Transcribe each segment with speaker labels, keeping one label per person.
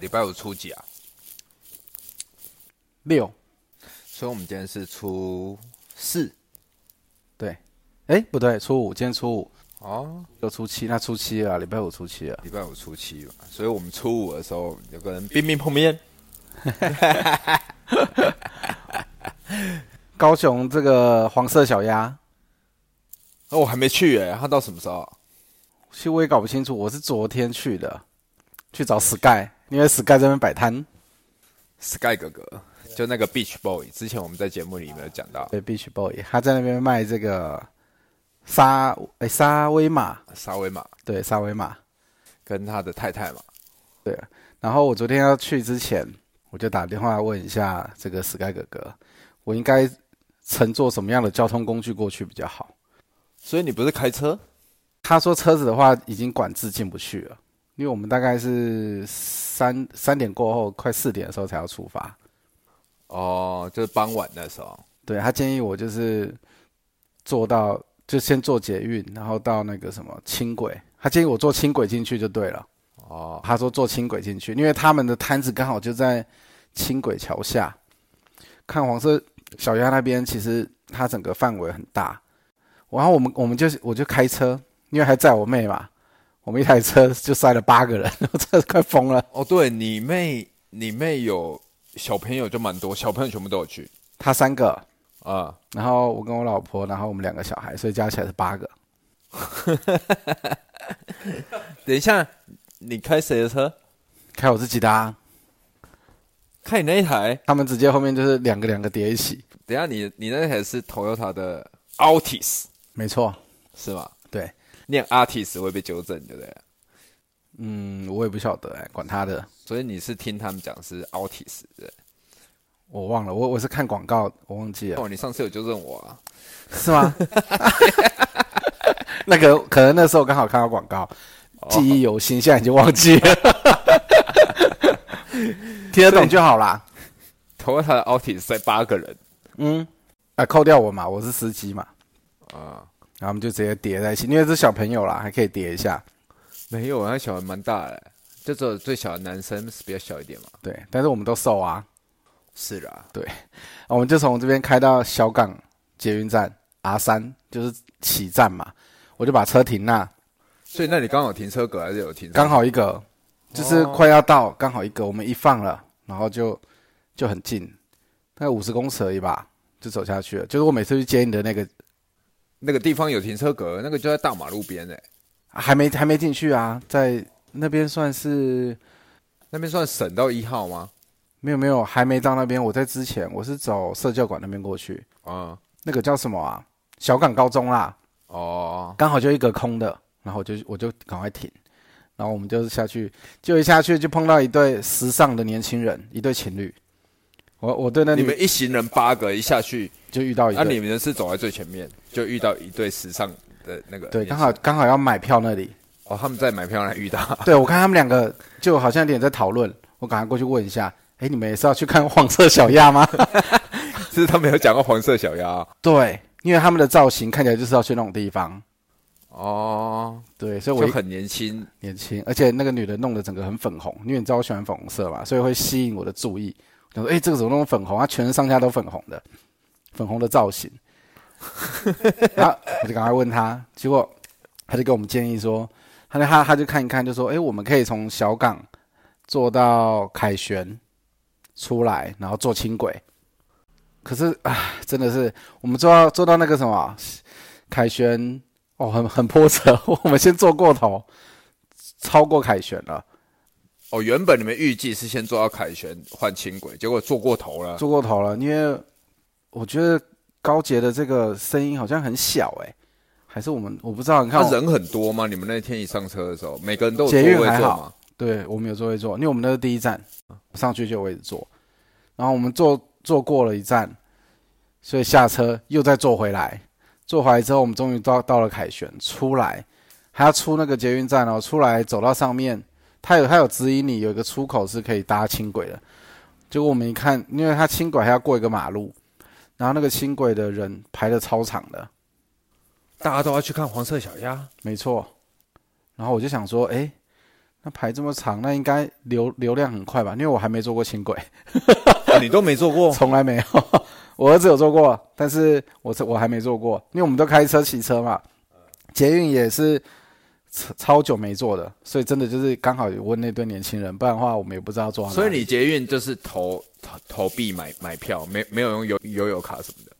Speaker 1: 礼拜五初几啊？
Speaker 2: 六，
Speaker 1: 所以我们今天是初四
Speaker 2: 对，哎，不对，初五，今天初五
Speaker 1: 哦，
Speaker 2: 又初七，那初七了，礼拜五初七了，
Speaker 1: 礼拜五初七嘛，所以我们初五的时候有个人冰冰碰面，
Speaker 2: 高雄这个黄色小鸭，
Speaker 1: 那、我还没去耶，他到什么时候？
Speaker 2: 其实我也搞不清楚，我是昨天去的，去找 Sky，因为 Sky 在那边摆摊，
Speaker 1: Sky 哥哥，就那个 Beach Boy，之前我们在节目里面有讲到
Speaker 2: 对，Beach Boy，他在那边卖这个沙，哎，沙威玛，
Speaker 1: 沙威玛
Speaker 2: 对，沙威玛。
Speaker 1: 跟他的太太嘛，
Speaker 2: 然后我昨天要去之前，我就打电话问一下这个 Sky 哥哥，我应该乘坐什么样的交通工具过去比较好？
Speaker 1: 所以你不是开车？
Speaker 2: 他说车子的话已经管制进不去了，因为我们大概是三三点过后，快四点的时候才要出发。
Speaker 1: 哦，就是傍晚那时候，
Speaker 2: 对他建议我就是坐到就先坐捷运，然后到那个什么轻轨，他建议我坐轻轨进去就对了。
Speaker 1: 哦，
Speaker 2: 他说坐轻轨进去，因为他们的摊子刚好就在轻轨桥下。看黄色小鸭那边，其实它整个范围很大。然后我们我们就我就开车，因为还载我妹嘛，我们一台车就塞了八个人， 我真的快疯了。
Speaker 1: 哦，对你妹，你妹有小朋友就蛮多，小朋友全部都有去
Speaker 2: 他三个，
Speaker 1: 啊、
Speaker 2: 然后我跟我老婆，然后我们两个小孩，所以加起来是八个。
Speaker 1: 等一下，你开谁的车？
Speaker 2: 开我自己的、啊，
Speaker 1: 开你那一台？
Speaker 2: 他们直接后面就是两个两个叠一起，
Speaker 1: 等一下你你那台是 Toyota 的 Altis
Speaker 2: 没错，
Speaker 1: 是吗？
Speaker 2: 对，
Speaker 1: 念 Artis 会被纠正，对不对？
Speaker 2: 嗯，我也不晓得、哎，管他的。
Speaker 1: 所以你是听他们讲是 Altis 的，
Speaker 2: 我忘了，我我是看广告，我忘记了。
Speaker 1: 哦，你上次有纠正我啊？
Speaker 2: 是吗？ 那个可能那时候刚好看到广告，记忆犹新，现在已经忘记 了。听得懂就好啦。
Speaker 1: Toyota 的 Altis 塞八个人
Speaker 2: 嗯，啊，扣掉我嘛，我是司机嘛，
Speaker 1: 啊。
Speaker 2: 然后我们就直接叠在一起，因为是小朋友啦，还可以叠一下。
Speaker 1: 没有，啊，小孩蛮大的，就只有最小的男生是比较小一点嘛。
Speaker 2: 对，但是我们都瘦啊，
Speaker 1: 是啦，
Speaker 2: 我们就从这边开到小港捷运站 R 三，就是起站嘛，我就把车停那，
Speaker 1: 所以那你刚好停车格还是有停？
Speaker 2: 刚，好一个，就是快要到，刚好一个，我们一放了，然后就就很近，大概五十公尺而已吧，就走下去了。就是我每次去接你的那个，
Speaker 1: 那个地方有停车格，那个就在大马路边欸诶、
Speaker 2: 啊还没还没进去啊，在那边算是
Speaker 1: 那边算省到一号吗？
Speaker 2: 没有没有，还没到那边。我在之前我是走社教馆那边过去，
Speaker 1: 啊、
Speaker 2: 那个叫什么啊？小港高中啦，
Speaker 1: 哦，
Speaker 2: 刚好就一个空的，然后我就我就赶快停，然后我们就是下去，就一下去就碰到一对时尚的年轻人，一对情侣。我我对那
Speaker 1: 你
Speaker 2: 女
Speaker 1: 们一行人八个一下去，
Speaker 2: 就遇到一
Speaker 1: 那、啊
Speaker 2: 对，
Speaker 1: 你们是走在最前面，就遇到一对时尚的那个，
Speaker 2: 对，刚好刚好要买票那里。
Speaker 1: 哦，他们在买票那遇到，
Speaker 2: 对，我看他们两个就好像有点在讨论，我赶快过去问一下，哎，你们也是要去看黄色小鸭吗？
Speaker 1: 是他们有讲过黄色小鸭
Speaker 2: 对，因为他们的造型看起来就是要去那种地方。
Speaker 1: 哦，
Speaker 2: 对，所以
Speaker 1: 就
Speaker 2: 我一
Speaker 1: 很年轻，
Speaker 2: 年轻，而且那个女的弄得整个很粉红，因为你知道我喜欢粉红色嘛，所以会吸引我的注意。我想说，哎，这个怎么那么粉红？她全身上下都粉红的，粉红的造型。然后我就赶快问她，结果她就给我们建议说，她就她她就看一看，就说，哎，我们可以从小港坐到凯旋出来，然后坐轻轨。可是啊，真的是我们坐到坐到那个什么凯旋哦，很很波折， 我们先坐过头。超过凯旋了，
Speaker 1: 哦，原本你们预计是先坐到凯旋换轻轨，结果坐过头了。
Speaker 2: 坐过头了，因为我觉得高捷的这个声音好像很小哎、还是我们我不知道，你看
Speaker 1: 他
Speaker 2: 我
Speaker 1: 啊人很多吗？你们那天一上车的时候，每个人都有座
Speaker 2: 捷运
Speaker 1: 位坐
Speaker 2: 还
Speaker 1: 吗
Speaker 2: 好？对我们有座位坐，因为我们那是第一站，上去就有位置坐，然后我们坐坐过了一站，所以下车又再坐回来，坐回来之后我们终于到到了凯旋，出来还要出那个捷运站哦，出来走到上面，它有它有指引你有一个出口是可以搭轻轨的，结果我们一看，因为它轻轨还要过一个马路，然后那个轻轨的人排的超长的，
Speaker 1: 大家都要去看黄色小鸭，啊
Speaker 2: 没错。然后我就想说，哎，那排这么长，那应该流流量很快吧？因为我还没坐过轻轨，
Speaker 1: 啊你都没做过，
Speaker 2: 从来没有。我儿子有坐过，但是我是我还没坐过，因为我们都开车骑车嘛。捷运也是超超久没坐的，所以真的就是刚好有问那对年轻人，不然的话我们也不知道坐到哪里。
Speaker 1: 所以你捷运就是投投投币买买票，没没有用悠悠游卡什么的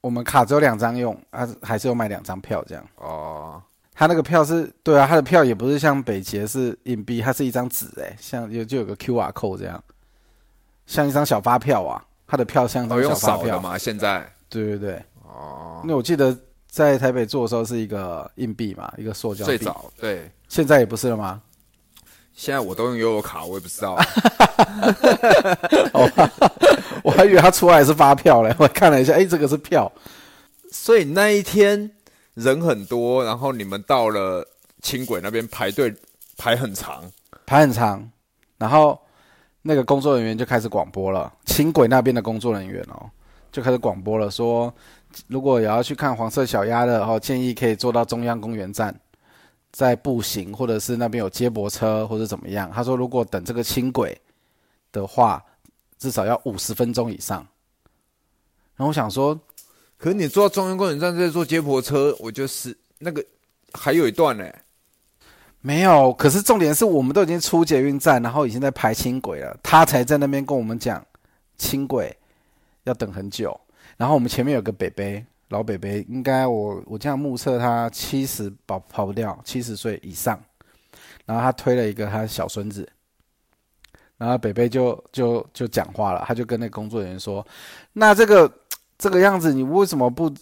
Speaker 2: 我们卡只有两张用，啊，还是有买两张票这样。
Speaker 1: 哦。
Speaker 2: 他那个票是对啊，他的票也不是像北捷是硬币，它是一张纸哎，像有就有个 QR code 这样，像一张小发票啊，他的票像一
Speaker 1: 哦，
Speaker 2: 张
Speaker 1: 用
Speaker 2: 小发
Speaker 1: 扫的
Speaker 2: 票。
Speaker 1: 嘛，现在
Speaker 2: 对对对，
Speaker 1: 哦，
Speaker 2: 那我记得在台北做的时候是一个硬币嘛，一个塑胶
Speaker 1: 最
Speaker 2: 币，
Speaker 1: 早对，
Speaker 2: 现在也不是了吗？
Speaker 1: 现在我都用悠游卡，我也不知道。
Speaker 2: 哦 我还以为他出来是发票嘞，我看了一下，哎，这个是票，
Speaker 1: 所以那一天人很多，然后你们到了轻轨那边排队排很长，
Speaker 2: 排很长，然后那个工作人员就开始广播了，轻轨那边的工作人员哦，就开始广播了，说如果也要去看黄色小鸭的哦，建议可以坐到中央公园站，再步行，或者是那边有接驳车或者怎么样。他说如果等这个轻轨的话，至少要五十分钟以上。然后我想说，
Speaker 1: 可是你坐到中央公园站再坐接驳车，我就是那个还有一段呢、欸
Speaker 2: 没有，可是重点是我们都已经出捷运站，然后已经在排轻轨了，他才在那边跟我们讲轻轨要等很久。然后我们前面有个北北老北北，应该我我这样目测他七十跑跑不掉，七十岁以上。然后他推了一个他的小孙子，然后北北就就就讲话了，他就跟那工作人员说：“那这个这个样子，你为什么不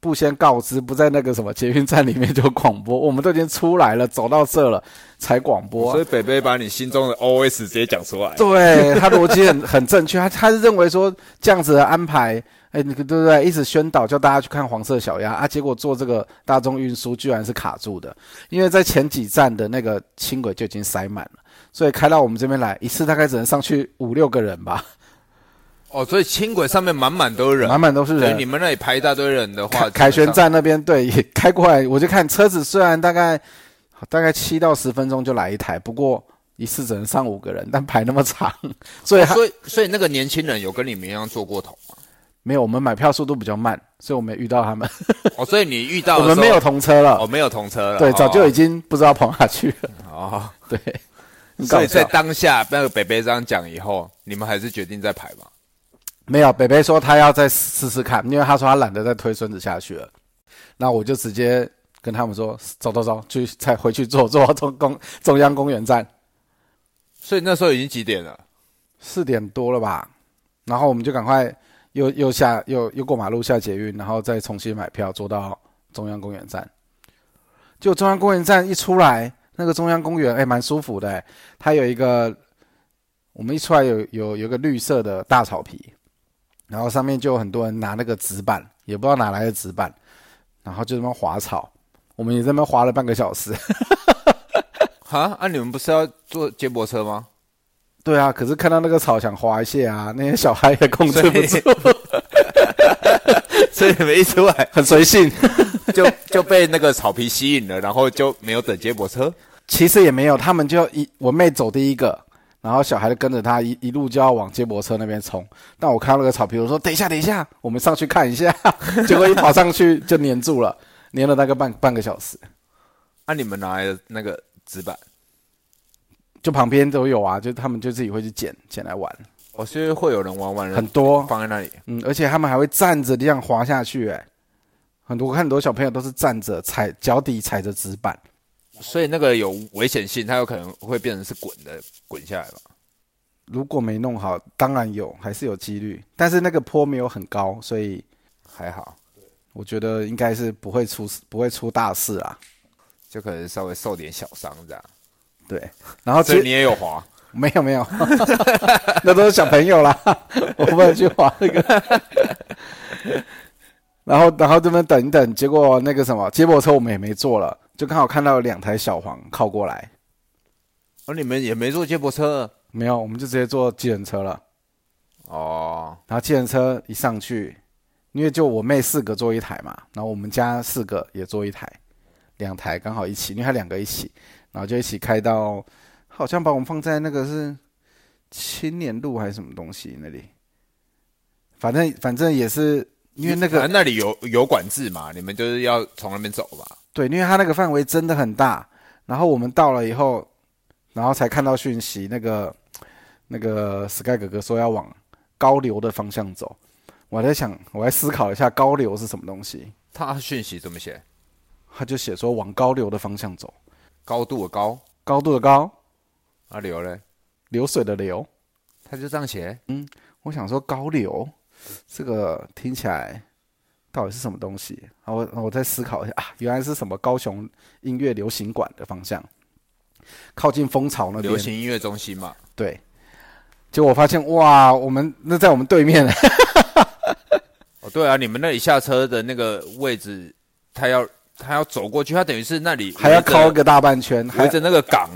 Speaker 2: 不先告知，不在那个什么捷运站里面就广播，我们都已经出来了，走到这了才广播。
Speaker 1: 所以北北把你心中的 OS 直接讲出来。
Speaker 2: 对他逻辑很很正确，他他是认为说这样子的安排，哎，你对不对？一直宣导叫大家去看黄色小鸭啊，结果做这个大众运输居然是卡住的，因为在前几站的那个轻轨就已经塞满了，所以开到我们这边来一次大概只能上去五六个人吧，
Speaker 1: 哦，所以轻轨上面满满都是人，
Speaker 2: 满满都是
Speaker 1: 所以你
Speaker 2: 人。
Speaker 1: 们那里排一大堆人的话
Speaker 2: 凯，凯旋
Speaker 1: 基本上
Speaker 2: 站那边对也开过来，我就看车子虽然大概大概七到十分钟就来一台，不过一次只能上五个人，但排那么长，所以还
Speaker 1: 所以所以那个年轻人有跟你们一样坐过头吗？
Speaker 2: 没有，我们买票速度比较慢，所以我没遇到他们，
Speaker 1: 哦，所以你遇 到的
Speaker 2: 我们
Speaker 1: 时候
Speaker 2: 没有同车了。
Speaker 1: 哦，没有同车了，
Speaker 2: 对，
Speaker 1: 哦
Speaker 2: 早就已经不知道跑哪去了。
Speaker 1: 哦。
Speaker 2: 对，很搞
Speaker 1: 所以在
Speaker 2: 笑
Speaker 1: 当下那个北北这样讲以后，你们还是决定再排吧。
Speaker 2: 没有，北北说他要再试试看，因为他说他懒得再推孙子下去了。那我就直接跟他们说，走走走，去再回去坐，坐到中公中央公园站，
Speaker 1: 所以那时候已经几点了？
Speaker 2: 四点多了吧。然后我们就赶快又又下又又过马路下捷运，然后再重新买票坐到中央公园站。就中央公园站一出来，那个中央公园哎，蛮舒服的哎。它有一个，我们一出来有有有一个绿色的大草皮，然后上面就有很多人拿那个纸板，也不知道哪来的纸板，然后就这么滑草。我们也在那边滑了半个小时。
Speaker 1: 哈，啊，你们不是要坐接驳车吗？
Speaker 2: 对啊，可是看到那个草想滑一下啊，那些小孩也控制 不住，
Speaker 1: 所以你们一出来
Speaker 2: 很随性。
Speaker 1: 就就被那个草皮吸引了，然后就没有等接驳车。
Speaker 2: 其实也没有，他们就一我妹走第一个，然后小孩就跟着她一一路就要往接驳车那边冲。但我看到那个草皮，我说等一下，等一下，我们上去看一下。 结果一跑上去就粘住了，粘了大概半半个小时。
Speaker 1: 啊，你们拿来的那个纸板，
Speaker 2: 就旁边都有啊，就他们就自己会去捡捡来玩，
Speaker 1: 哦，所以会有人玩玩，
Speaker 2: 很多，
Speaker 1: 放在那里。
Speaker 2: 嗯，而且他们还会站着这样滑下去、欸，很多我看很多小朋友都是站着踩脚底踩着纸板，
Speaker 1: 所以那个有危险性，它有可能会变成是滚的，滚下来吧。
Speaker 2: 如果没弄好，当然有还是有几率，但是那个坡没有很高，所以
Speaker 1: 还好，
Speaker 2: 我觉得应该是不会出事不会出大事啊啦。
Speaker 1: 就可能稍微受点小伤这样。
Speaker 2: 对，然后
Speaker 1: 所以
Speaker 2: 啊其
Speaker 1: 你
Speaker 2: 实
Speaker 1: 也有滑，
Speaker 2: 没有没 有，那都是小朋友啦， 我不能去滑那个。 然后然后这边等一等，结果那个什么接驳车我们也没坐了，就刚好看到有两台小黄靠过来，
Speaker 1: 哦，你们也没坐接驳车
Speaker 2: 没有，我们就直接坐计程车了。
Speaker 1: 哦。
Speaker 2: 然后计程车一上去，因为就我妹四个坐一台嘛，然后我们家四个也坐一台，两台刚好一起，因为她两个一起，然然后就一起开到，好像把我们放在那个是青年路还是什么东西那里，反正反正也是因为那
Speaker 1: 反
Speaker 2: 个
Speaker 1: 正那里有有管制嘛，你们就是要从那边走嘛。
Speaker 2: 对，因为它那个范围真的很大，然后我们到了以后，然后才看到讯息，那个那个 Sky 哥哥说要往高流的方向走，我还在想，我还思考一下高流是什么东西，
Speaker 1: 他讯息怎么写？
Speaker 2: 他就写说往高流的方向走，
Speaker 1: 高度的高，
Speaker 2: 高度的高，
Speaker 1: 啊流嘞，
Speaker 2: 流水的流。
Speaker 1: 他就这样写。
Speaker 2: 我想说高流这个听起来到底是什么东西？然后我然后我再思考一下啊，原来是什么高雄音乐流行馆的方向，靠近蜂巢那边
Speaker 1: 流。行音乐中心嘛，
Speaker 2: 对，结果我发现哇，我们那在我们对面，
Speaker 1: 哦对啊，你们那里下车的那个位置，他要他要走过去，他等于是那里
Speaker 2: 还要
Speaker 1: 围着
Speaker 2: 靠个大半圈，还
Speaker 1: 围着那个港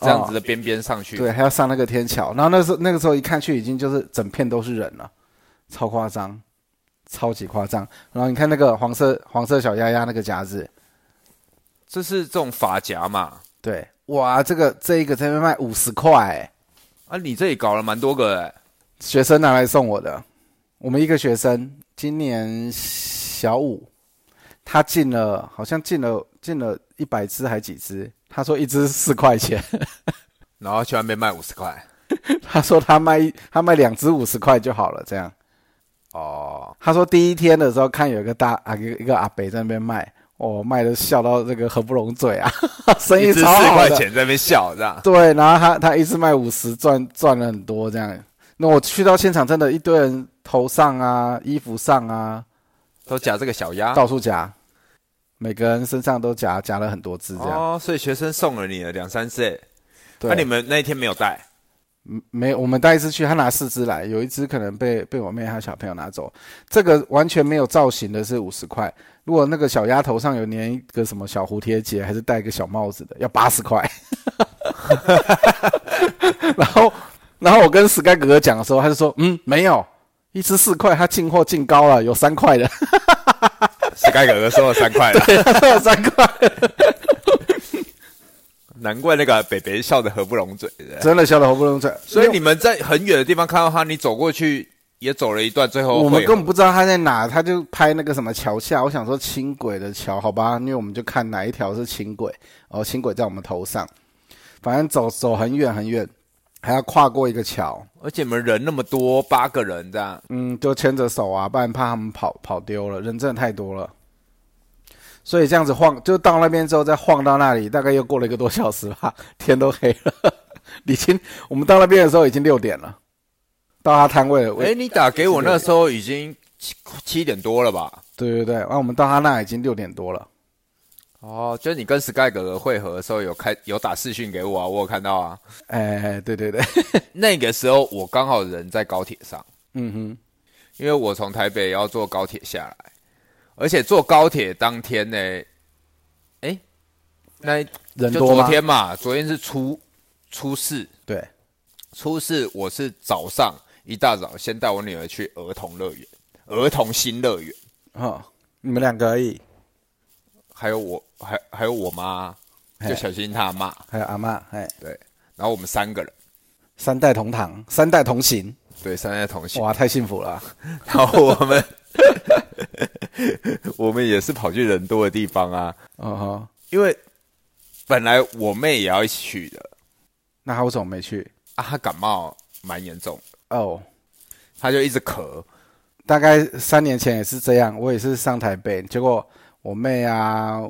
Speaker 1: 这样子的边边上去。
Speaker 2: 哦对，还要上那个天桥。然后那时候那个时候一看去，已经就是整片都是人了，超夸张，超级夸张。然后你看那个黄色黄色小鸭鸭那个夹子，
Speaker 1: 这是这种发夹嘛？
Speaker 2: 对，哇，这个这一个在那边卖五十块、欸，
Speaker 1: 啊，你这里搞了蛮多个哎、
Speaker 2: 学生拿来送我的。我们一个学生今年小五，他进了好像进了进了一百只还几只，他说一只四块钱，
Speaker 1: 然后去那边卖五十块。
Speaker 2: 他说他卖一他卖两只五十块就好了，这样。
Speaker 1: 哦，
Speaker 2: 他说第一天的时候看有一个大啊一个一个阿伯在那边卖，哦，卖的笑到这个合不拢嘴啊， 生
Speaker 1: 一
Speaker 2: 意
Speaker 1: 只四
Speaker 2: 超好
Speaker 1: 块
Speaker 2: 的。
Speaker 1: 钱在那边笑，这样
Speaker 2: 对，然后他他一次卖五十，赚赚了很多这样。那我去到现场，真的一堆人头上啊、衣服上啊，
Speaker 1: 都夹这个小鸭。
Speaker 2: 到处夹，每个人身上都夹夹了很多只这样。
Speaker 1: 哦，所以学生送了你了两三只，那、
Speaker 2: 对，
Speaker 1: 你们那一天没有带？
Speaker 2: 嗯没有我们带一只去，他拿四只来，有一只可能被被我妹她小朋友拿走。这个完全没有造型的是五十块，如果那个小丫头上有粘一个什么小蝴蝶结，还是戴一个小帽子的，要八十块。 然后，然后我跟 Sky 哥哥讲的时候，他就说：“嗯，没有，一只四块，他进货进高了，有三块 的，
Speaker 1: Sky 哥哥收了三块了，
Speaker 2: 他说有三块。”
Speaker 1: 难怪那个北北笑得合不拢嘴的。
Speaker 2: 真的笑得合不拢嘴。
Speaker 1: 所以你们在很远的地方看到他，你走过去也走了一段，最后
Speaker 2: 我们
Speaker 1: 哦会
Speaker 2: 根本不知道他在哪，他就拍那个什么桥下。我想说轻轨的桥，好吧，因为我们就看哪一条是轻轨，哦，轻轨在我们头上，反正走走很远很远，还要跨过一个桥，
Speaker 1: 而且你们人那么多，八个人这样，
Speaker 2: 嗯，就牵着手啊，不然怕他们跑跑丢了，人真的太多了。所以这样子晃，就到那边之后再晃到那里，大概又过了一个多小时吧，天都黑了。 已经，我们到那边的时候已经六点了，到他摊位了。
Speaker 1: 哎、你打给我那时候已经七七点多了吧？
Speaker 2: 对对对，然、后我们到他那已经六点多了。
Speaker 1: 哦，就是你跟 Sky 哥哥会合的时候有开有打视讯给我啊，我有看到啊。
Speaker 2: 哎，对 对对，
Speaker 1: 那个时候我刚好人在高铁上，
Speaker 2: 嗯哼，
Speaker 1: 因为我从台北要坐高铁下来，而且坐高铁当天呢，哎、那
Speaker 2: 人
Speaker 1: 就
Speaker 2: 多
Speaker 1: 昨
Speaker 2: 吗？
Speaker 1: 天嘛，昨天是初初四，
Speaker 2: 对，
Speaker 1: 初四我是早上一大早先带我女儿去儿童乐园、儿童新乐园，
Speaker 2: 哦，你们两个而已，
Speaker 1: 还有我还还有我妈，就小新她妈，
Speaker 2: 还有阿嬷，哎，
Speaker 1: 对，然后我们三个人，
Speaker 2: 三代同堂，三代同行，
Speaker 1: 对，三代同行，
Speaker 2: 哇，太幸福了啊。
Speaker 1: 然后我们 我们也是跑去人多的地方啊，
Speaker 2: 哦吼，
Speaker 1: 因为本来我妹也要一起去的
Speaker 2: 那他为什么没去？
Speaker 1: 啊，她感冒蛮严重的，
Speaker 2: 哦，
Speaker 1: 她就一直咳，
Speaker 2: 大概三年前也是这样，我也是上台北，结果我妹啊，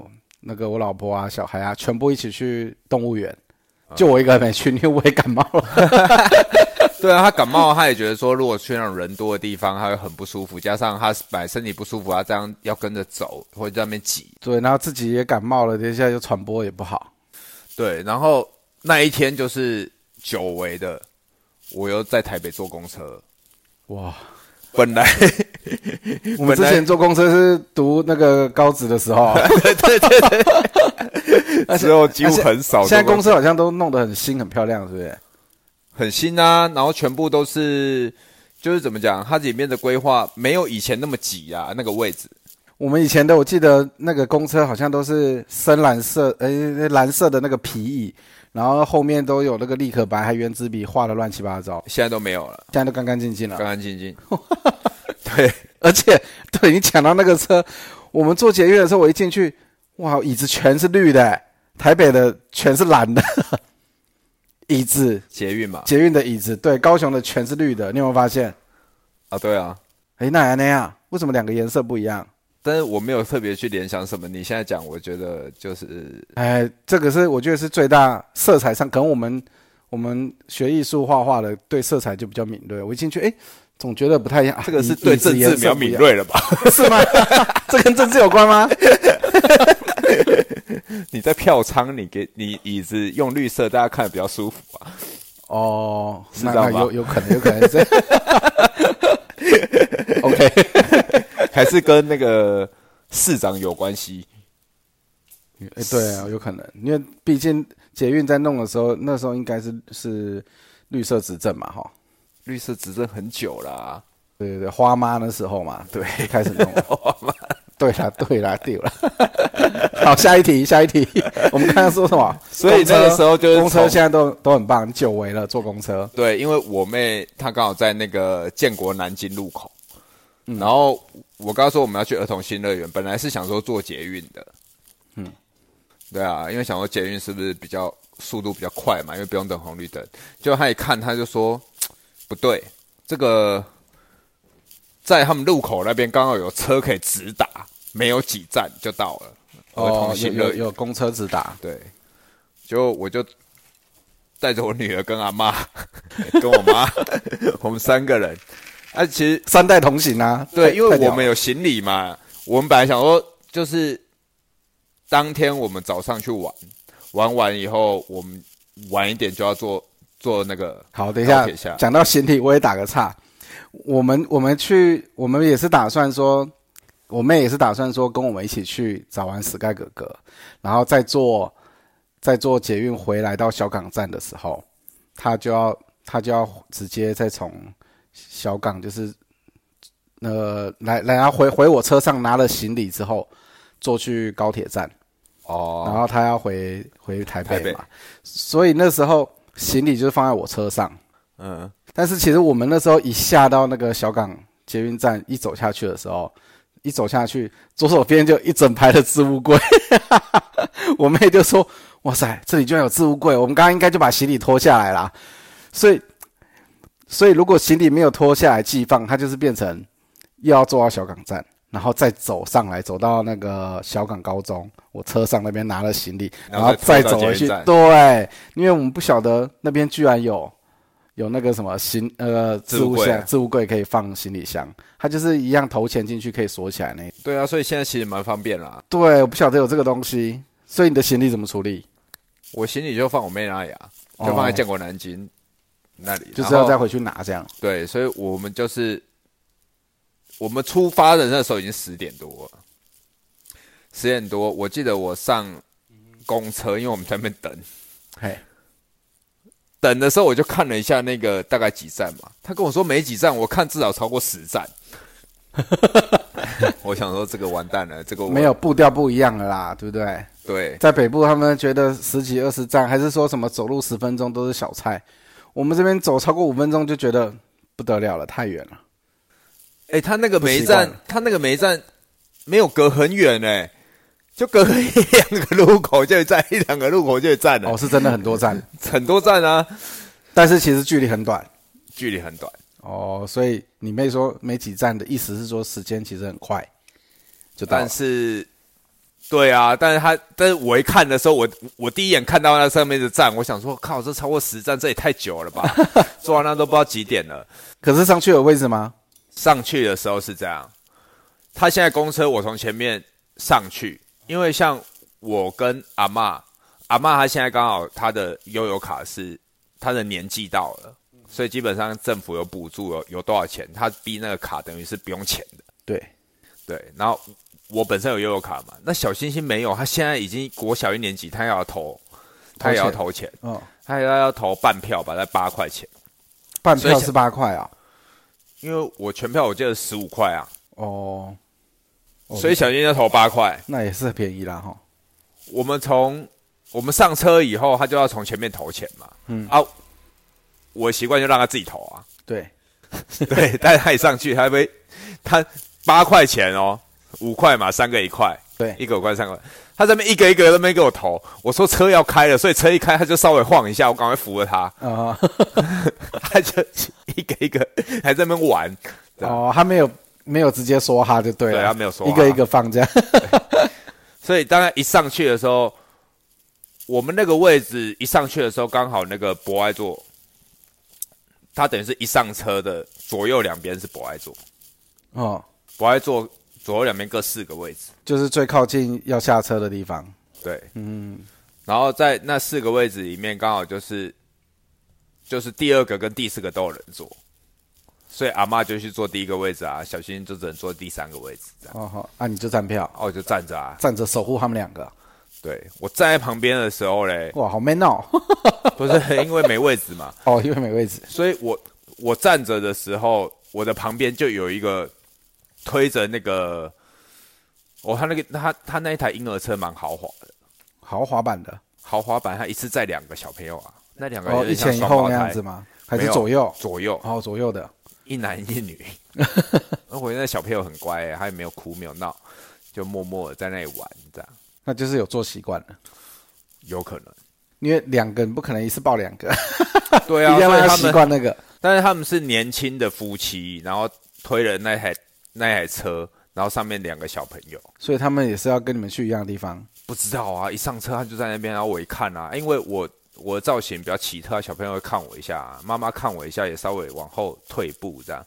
Speaker 2: 那个我老婆啊，小孩啊，全部一起去动物园，就我一个人没去，因为我也感冒了。
Speaker 1: 对啊，他感冒，他也觉得说，如果去那种人多的地方，他会很不舒服。加上他本来身体不舒服，他这样要跟着走，或者在那边挤。
Speaker 2: 对，然后自己也感冒了，等一下就传播也不好。
Speaker 1: 对，然后那一天就是久违的，我又在台北坐公车。
Speaker 2: 哇，
Speaker 1: 本来
Speaker 2: 我们之前坐公车是读那个高职的时候啊，
Speaker 1: 之后几乎很少坐公车，
Speaker 2: 现在公司好像都弄得很新、很漂亮，是不是？
Speaker 1: 很新啊，然后全部都是就是怎么讲，它里面的规划没有以前那么挤啊，那个位置。
Speaker 2: 我们以前的，我记得那个公车好像都是深蓝色，呃、蓝色的那个皮椅，然后后面都有那个立可白，还圆珠笔画的乱七八糟，
Speaker 1: 现在都没有了，
Speaker 2: 现在都干干净净了
Speaker 1: 干。干净净。 对，
Speaker 2: 而且，对你讲到那个车，我们坐捷运的时候，我一进去，哇，椅子全是绿的、台北的全是蓝的 椅子，
Speaker 1: 捷运嘛，
Speaker 2: 捷运的椅子，对，高雄的全是绿的，你有没有发现？
Speaker 1: 啊，对啊，
Speaker 2: 哎，那也那样，为什么两个颜色不一样？
Speaker 1: 但是我没有特别去联想什么。你现在讲，我觉得就是
Speaker 2: 哎，这个是我觉得是最大色彩上，可能我们我们学艺术画画的对色彩就比较敏锐。我一进去，哎，总觉得不太一样。啊
Speaker 1: 这个是
Speaker 2: 椅
Speaker 1: 对
Speaker 2: 椅子
Speaker 1: 政治
Speaker 2: 颜
Speaker 1: 比
Speaker 2: 色
Speaker 1: 较
Speaker 2: 不一
Speaker 1: 敏
Speaker 2: 样
Speaker 1: 锐了吧？
Speaker 2: 是吗？这跟政治有关吗？
Speaker 1: 你在票仓，你给你椅子用绿色，大家看的比较舒服 啊。
Speaker 2: 哦，那
Speaker 1: 这样
Speaker 2: 那
Speaker 1: 吧
Speaker 2: 有有可能，有可 能哎是。OK，
Speaker 1: 还是跟那个市长有关系？
Speaker 2: 哎对啊，有可能，因为毕竟捷运在弄的时候，那时候应该是是绿色执政嘛，哈，
Speaker 1: 绿色执政很久啊啦、
Speaker 2: 对对对，花妈那时候嘛，对，开始弄了。
Speaker 1: 哦
Speaker 2: 对啦，对啦，对啦。 好，下一题，下一题，我们看看说什么。
Speaker 1: 所以
Speaker 2: 公车
Speaker 1: 那个时候就是
Speaker 2: 公车
Speaker 1: 从
Speaker 2: 现在都都很棒，久违了坐公车。
Speaker 1: 对，因为我妹她刚好在那个建国南京路口，然后我刚刚说我们要去儿童新乐园，本来是想说坐捷运的，嗯
Speaker 2: 嗯，
Speaker 1: 对啊，因为想说捷运是不是比较速度比较快嘛，因为不用等红绿灯。结果她一看，她就说不对，这个在他们路口那边刚好有车可以直达，没有几站就到了儿
Speaker 2: 哦
Speaker 1: 童，
Speaker 2: 有
Speaker 1: 新乐
Speaker 2: 有
Speaker 1: 园。
Speaker 2: 有公车直达，
Speaker 1: 对，就我就带着我女儿跟阿妈跟我妈， 我们三个人。啊，其实
Speaker 2: 三代同行啊。
Speaker 1: 对，因为
Speaker 2: 太屌
Speaker 1: 我们有行李嘛，我们本来想说就是当天我们早上去玩，玩完以后我们晚一点就要坐坐那个
Speaker 2: 好，等一
Speaker 1: 高
Speaker 2: 下
Speaker 1: 铁下
Speaker 2: 讲到行李，我也打个岔。我们我们去，我们也是打算说，我妹也是打算说跟我们一起去找完 Sky 哥哥，然后再坐再坐捷运回来到小港站的时候，她就要她就要直接再从小港就是呃来来，她回回我车上拿了行李之后，坐去高铁站。然
Speaker 1: 哦，
Speaker 2: 后他要回回台北嘛，
Speaker 1: 台北
Speaker 2: 所以那时候行李就是放在我车上。
Speaker 1: 嗯，
Speaker 2: 但是其实我们那时候一下到那个小港捷运站，一走下去的时候，一走下去，左手边就一整排的置物柜。 我妹就说：“哇塞，这里居然有置物柜！我们刚刚应该就把行李脱下来啦。”所以，所以如果行李没有脱下来寄放，它就是变成又要坐到小港站，然后再走上来，走到那个小港高中，我车上那边拿了行李，
Speaker 1: 然
Speaker 2: 然
Speaker 1: 后
Speaker 2: 后
Speaker 1: 再
Speaker 2: 再
Speaker 1: 走
Speaker 2: 走
Speaker 1: 回
Speaker 2: 回
Speaker 1: 去
Speaker 2: 去。对，因为我们不晓得那边居然有有那个什么行呃
Speaker 1: 置
Speaker 2: 置
Speaker 1: 物
Speaker 2: 物
Speaker 1: 柜啊
Speaker 2: 箱、置物柜可以放行李箱，它就是一样投钱进去可以锁起来那。
Speaker 1: 对啊，所以现在其实蛮方便啦。
Speaker 2: 对，我不晓得有这个东西，所以你的行李怎么处理？
Speaker 1: 我行李就放我妹那里啊，就
Speaker 2: 哦
Speaker 1: 放在建国南京那里，
Speaker 2: 就
Speaker 1: 然
Speaker 2: 是要
Speaker 1: 后
Speaker 2: 再回去拿这样。
Speaker 1: 对，所以我们就是我们出发的那时候已经十点多了，十点多，我记得我上公车，因为我们在那边等，
Speaker 2: 嘿，
Speaker 1: 等的时候我就看了一下那个大概几站嘛，他跟我说没几站，我看至少超过十 站。我想说这个完蛋了，这个我
Speaker 2: 没有步调不一样了啦，对不对？
Speaker 1: 对，
Speaker 2: 在北部他们觉得十几二十站，还是说什么走路十分钟都是小菜，我们这边走超过五分钟就觉得不得了了，太远了。
Speaker 1: 哎，他那个每一
Speaker 2: 不习惯
Speaker 1: 站，他那个每一站没有隔很远哎、就隔一两个路口就一站，一两个路口就一站了，
Speaker 2: 哦，是真的很多站，
Speaker 1: 很多站啊，
Speaker 2: 但是其实距离很短。
Speaker 1: 距离很短。
Speaker 2: 哦，所以你妹说没几站的意思是说时间其实很快，就到了
Speaker 1: 但是，对啊，但是他，但是我一看的时候，我我第一眼看到那上面的站，我想说，靠，这超过十站，这也太久了吧？坐完那都不知道几点了。
Speaker 2: 可是上去有位置吗？
Speaker 1: 上去的时候是这样，他现在公车我从前面上去，因为像我跟阿嬷，阿嬷她现在刚好她的悠游卡是她的年纪到了，所以基本上政府有补助，有有多少钱，她逼那个卡等于是不用钱的。
Speaker 2: 对，
Speaker 1: 对，然后我本身有悠游卡嘛，那小星星没有，他现在已经国小一年级，他也要投，他也要投钱，
Speaker 2: 哦，
Speaker 1: 他也要投半票吧，大概八块钱，
Speaker 2: 半
Speaker 1: 所以
Speaker 2: 票
Speaker 1: 想
Speaker 2: 是八块啊。
Speaker 1: 因为我全票我记得十五块啊，
Speaker 2: 哦，哦
Speaker 1: 所以小金要投八块。
Speaker 2: 那也是便宜啦哈。
Speaker 1: 我们从我们上车以后，他就要从前面投钱嘛。嗯啊，我习惯就让他自己投 啊。
Speaker 2: 对，
Speaker 1: 对，但是他一上去，他被他八块钱哦，五块嘛，三个一块，
Speaker 2: 对
Speaker 1: 一个五块三块，他这边一个一个都没给我投。我说车要开了，所以车一开他就稍微晃一下，我赶快扶了他，
Speaker 2: 啊、
Speaker 1: 他就一个一个还在那边玩。对啊
Speaker 2: 哦，他没有没有直接说哈就对了，
Speaker 1: 对他没有说哈
Speaker 2: 一个一个放这样。
Speaker 1: 所以当然一上去的时候，我们那个位置一上去的时候，刚好那个博爱座，他等于是一上车的左右两边是博爱座，
Speaker 2: 哦，
Speaker 1: 博爱座左右两边各四个位置。
Speaker 2: 就是最靠近要下车的地方。
Speaker 1: 对，嗯，然后在那四个位置里面，刚好就是就是第二个跟第四个都有人坐，所以阿嬷就去坐第一个位置啊，小新就只能坐第三个位置这样。
Speaker 2: 哦好，啊，你就站票，
Speaker 1: 然后我就站着啊，
Speaker 2: 站着守护他们两个。
Speaker 1: 对我站在旁边的时候 嘞，
Speaker 2: 哇，好 man 哦！
Speaker 1: 不是因为没位置嘛，
Speaker 2: 哦，因为没位置。
Speaker 1: 所以我我站着的时候，我的旁边就有一个推着那个，哦，他那个他他那一台婴儿车蛮豪华的，
Speaker 2: 豪华版的
Speaker 1: 豪华版，他一次载两个小朋友啊，那两个有
Speaker 2: 哦，
Speaker 1: 点
Speaker 2: 一
Speaker 1: 像
Speaker 2: 前一
Speaker 1: 双
Speaker 2: 后
Speaker 1: 胞
Speaker 2: 那
Speaker 1: 胎
Speaker 2: 样子吗？还
Speaker 1: 没
Speaker 2: 是
Speaker 1: 有
Speaker 2: 左右？
Speaker 1: 左右，
Speaker 2: 哦，左右的。
Speaker 1: 一男一 女。而我那小朋友很乖、欸，他也没有哭，没有闹，就默默的在那里玩，这样
Speaker 2: 那就是有做习惯了，
Speaker 1: 有可 能。
Speaker 2: 因为两个人不可能一次抱两个，
Speaker 1: 对
Speaker 2: 一
Speaker 1: 啊，
Speaker 2: 定要
Speaker 1: 所以
Speaker 2: 让
Speaker 1: 他
Speaker 2: 他习
Speaker 1: 们，
Speaker 2: 惯那个。
Speaker 1: 但是他们是年轻的夫妻，然后推了那台那台车，然后上面两个小朋友。
Speaker 2: 所以他们也是要跟你们去一样的地方。
Speaker 1: 不知道啊，一上车他就在那边，然后我一看啊，因为我我的造型比较奇特，小朋友会看我一下、啊妈妈看我一下，也稍微往后退一步 这样。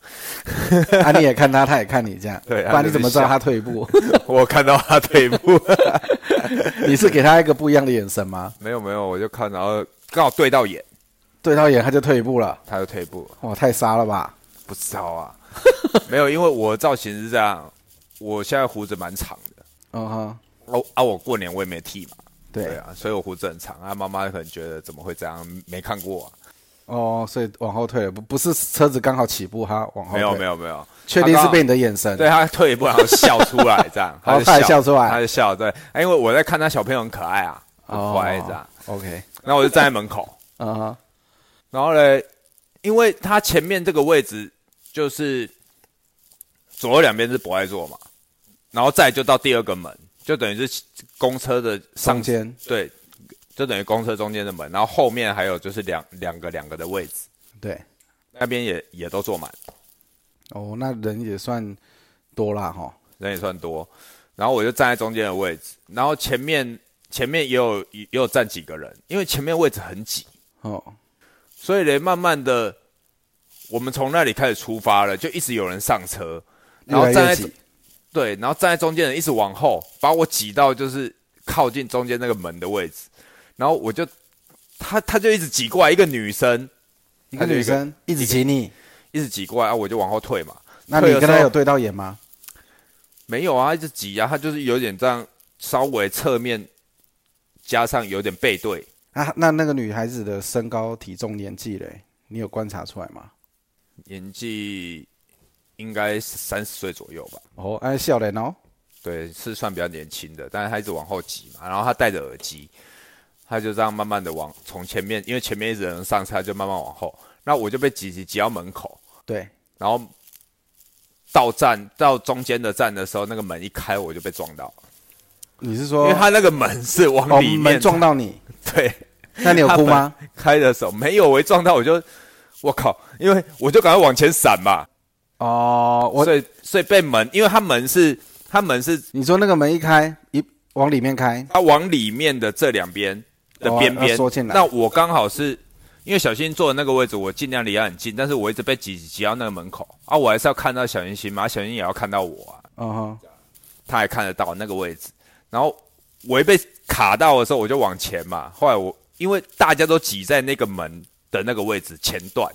Speaker 2: 啊，你也看他，他也看你，这样，
Speaker 1: 对啊
Speaker 2: 不然你怎么知道他退一步？
Speaker 1: 我看到他退一步，
Speaker 2: 你是给他一个不一样的眼神吗？
Speaker 1: 没有没有，我就看，然后刚好对到眼，
Speaker 2: 对到眼他就退一步了，
Speaker 1: 他就退一步了，
Speaker 2: 哇，太杀了吧！
Speaker 1: 不知道啊， 没有，因为我的造型是这样，我现在胡子蛮长的，
Speaker 2: 嗯哼，
Speaker 1: 哦啊，我过年我也没剃嘛，对
Speaker 2: 对，
Speaker 1: 啊，所以我胡子很长啊，妈妈可能觉得怎么会这样，没看过啊，
Speaker 2: 哦，所以往后退了，不不是车子刚好起步，他往后
Speaker 1: 没有没
Speaker 2: 有，
Speaker 1: 有没有，
Speaker 2: 确定
Speaker 1: 他刚
Speaker 2: 是
Speaker 1: 好
Speaker 2: 被你的眼神，
Speaker 1: 对啊他退一步，然后笑出来，这 样，
Speaker 2: 哦
Speaker 1: 就
Speaker 2: 他也笑出来
Speaker 1: 他就笑，对，哎因为我在看他小朋友很可爱啊，很
Speaker 2: 哦，
Speaker 1: 乖这样，
Speaker 2: ，OK，
Speaker 1: 然后我就站在门口，
Speaker 2: 嗯哼，
Speaker 1: 然后嘞，因为他前面这个位置就是左右两边是不爱坐嘛，然后再就到第二个门，就等于是公车的上
Speaker 2: 中，间
Speaker 1: 对，就等于公车中间的门，然后后面还有就是两两个两个的位置，
Speaker 2: 对，
Speaker 1: 那边也也都坐满，
Speaker 2: 哦，那人也算多啦哈，
Speaker 1: 人也算多。然后我就站在中间的位置，然后前面前面也有也有站几个人，因为前面位置很挤，
Speaker 2: 哦，
Speaker 1: 所以嘞，慢慢的我们从那里开始出发了，就一直有人上车，
Speaker 2: 越
Speaker 1: 然后
Speaker 2: 来
Speaker 1: 站
Speaker 2: 越
Speaker 1: 在
Speaker 2: 挤，
Speaker 1: 对，然后站在中间的人一直往后，把我挤到就是靠近中间那个门的位置，然后我就他他就一直挤过来，一个女生
Speaker 2: 一
Speaker 1: 他
Speaker 2: 个
Speaker 1: 就
Speaker 2: 女
Speaker 1: 一个
Speaker 2: 生一直挤你，
Speaker 1: 一直挤过来啊，我就往后退嘛，
Speaker 2: 那
Speaker 1: 退
Speaker 2: 你
Speaker 1: 的
Speaker 2: 跟
Speaker 1: 时
Speaker 2: 他
Speaker 1: 候
Speaker 2: 有对到眼吗？
Speaker 1: 没有啊，他一直挤啊，他就是有点这样稍微侧面加上有点背对，
Speaker 2: 啊，那那个女孩子的身高、体重、年纪嘞，你有观察出来吗？
Speaker 1: 年纪应该三十岁左右吧，
Speaker 2: 哦，哎，笑脸哦，
Speaker 1: 对，是算比较年轻的，但是他一直往后挤嘛，然后他戴着耳机，他就这样慢慢的往从前面，因为前面一直有人上车，他就慢慢往后，那我就被挤挤挤到门口，
Speaker 2: 对，
Speaker 1: 然后到站到中间的站的时候，那个门一开我就被撞到，
Speaker 2: 你是
Speaker 1: 因
Speaker 2: 说
Speaker 1: 为他那个门是往
Speaker 2: 哦
Speaker 1: 里面
Speaker 2: 门撞 到你，
Speaker 1: 对。
Speaker 2: 那你有哭吗？
Speaker 1: 开的时候没有，我一撞到我就，我靠，因为我就赶快往前闪嘛，
Speaker 2: 哦，我
Speaker 1: 所以所以被门，因为它门是它门是
Speaker 2: 你说那个门一开，一往里面开，
Speaker 1: 它往里面的这两边的边
Speaker 2: 哦要
Speaker 1: 边、
Speaker 2: 缩进来
Speaker 1: 那我刚好是因为小新坐的那个位置，我尽量离他很近，但是我一直被挤挤到那个门口啊，我还是要看到小星星嘛，啊小星星也要看到我啊，
Speaker 2: 嗯哼，
Speaker 1: 他还看得到那个位置，然后我一被卡到的时候，我就往前嘛，后来我因为大家都挤在那个门的那个位置前段。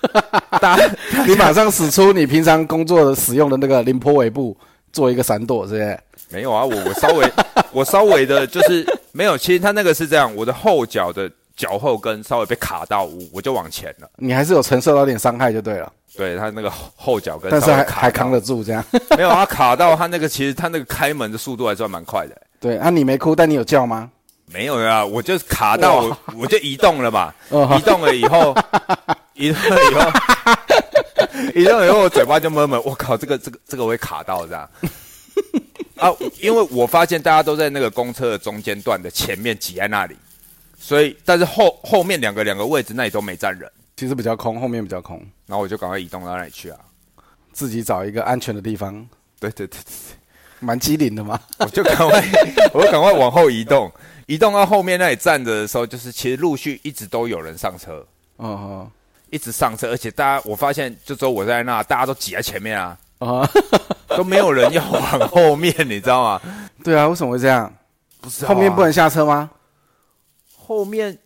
Speaker 1: 大家
Speaker 2: 你马上使出你平常工作的使用的那个凌波尾部做一个闪躲，是不是？
Speaker 1: 没有啊，我我稍微我稍微的就是没有，其实他那个是这样，我的后脚的脚后跟稍微被卡到，我我就往前了。
Speaker 2: 你还是有承受到点伤害就对了，
Speaker 1: 对他那个后后脚跟，
Speaker 2: 但是还还
Speaker 1: 扛
Speaker 2: 扛得住这样。
Speaker 1: 没有他卡到他那个，其实他那个开门的速度还算蛮快的、
Speaker 2: 对啊，你没哭，但你有叫吗？
Speaker 1: 没有呀，我就是卡到我，我就移动了嘛，
Speaker 2: 哦
Speaker 1: 移动了以后，移动了以后，移动了以后，我 嘴巴就闷闷，我靠，这个这个这个我会卡到这样。啊，因为我发现大家都在那个公车的中间段的前面挤在那里，所以但是后后面两个两个位置那里都没站人，
Speaker 2: 其实比较空，后面比较空，
Speaker 1: 然后我就赶快移动到那里去啊。
Speaker 2: 自己找一个安全的地方，
Speaker 1: 对对对对
Speaker 2: 蛮机灵的嘛。
Speaker 1: 我就赶快，我就赶快往后移动，移动到后面那里站着的时候，就是其实陆续一直都有人上车，
Speaker 2: 哦
Speaker 1: 一直上车，而且大家我发现就只有我在那，大家都挤在前面啊，
Speaker 2: 哦哦，
Speaker 1: 都没有人要往后面，你知道吗？
Speaker 2: 对啊，为什么会这样？
Speaker 1: 不是啊
Speaker 2: 后面不，能下车吗？
Speaker 1: 后面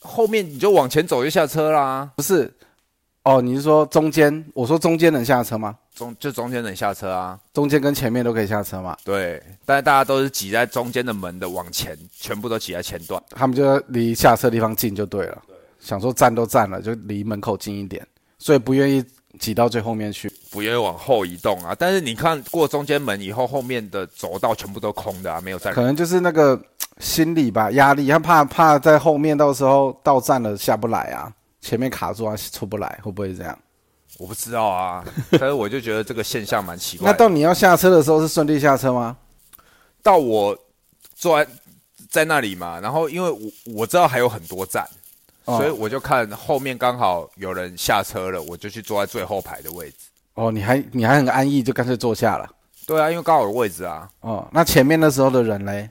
Speaker 1: 后面你就往前走就下车啦，
Speaker 2: 不是，哦，你是说中间？我说中间能下车吗？
Speaker 1: 中就中间人下车啊，
Speaker 2: 中间跟前面都可以下车嘛？
Speaker 1: 对，但是大家都是挤在中间的门的往前，全部都挤在前段，
Speaker 2: 他们就离下车地方近就对了。想说站都站了，就离门口近一点，所以不愿意挤到最后面去。
Speaker 1: 不愿意往后移动啊。但是你看过中间门以后，后面的走道全部都空的啊，没有站人
Speaker 2: 可。能就是那个心理吧，压力，他怕怕在后面到时候到站了下不来啊，前面卡住啊，出不来，会不会这样？
Speaker 1: 我不知道 啊，但是我就觉得这个现象蛮奇怪
Speaker 2: 那
Speaker 1: 的。
Speaker 2: 到你要下车的时候是顺利下车吗？
Speaker 1: 到我坐在在那里嘛，然后因为我我知道还有很多站，
Speaker 2: 哦
Speaker 1: 所以我就看后面刚好有人下车了，我就去坐在最后排的位置。
Speaker 2: 哦，你还你还很安逸，就干脆坐下了。
Speaker 1: 对啊，因为刚好有位置啊，
Speaker 2: 哦，那前面那时候的人嘞，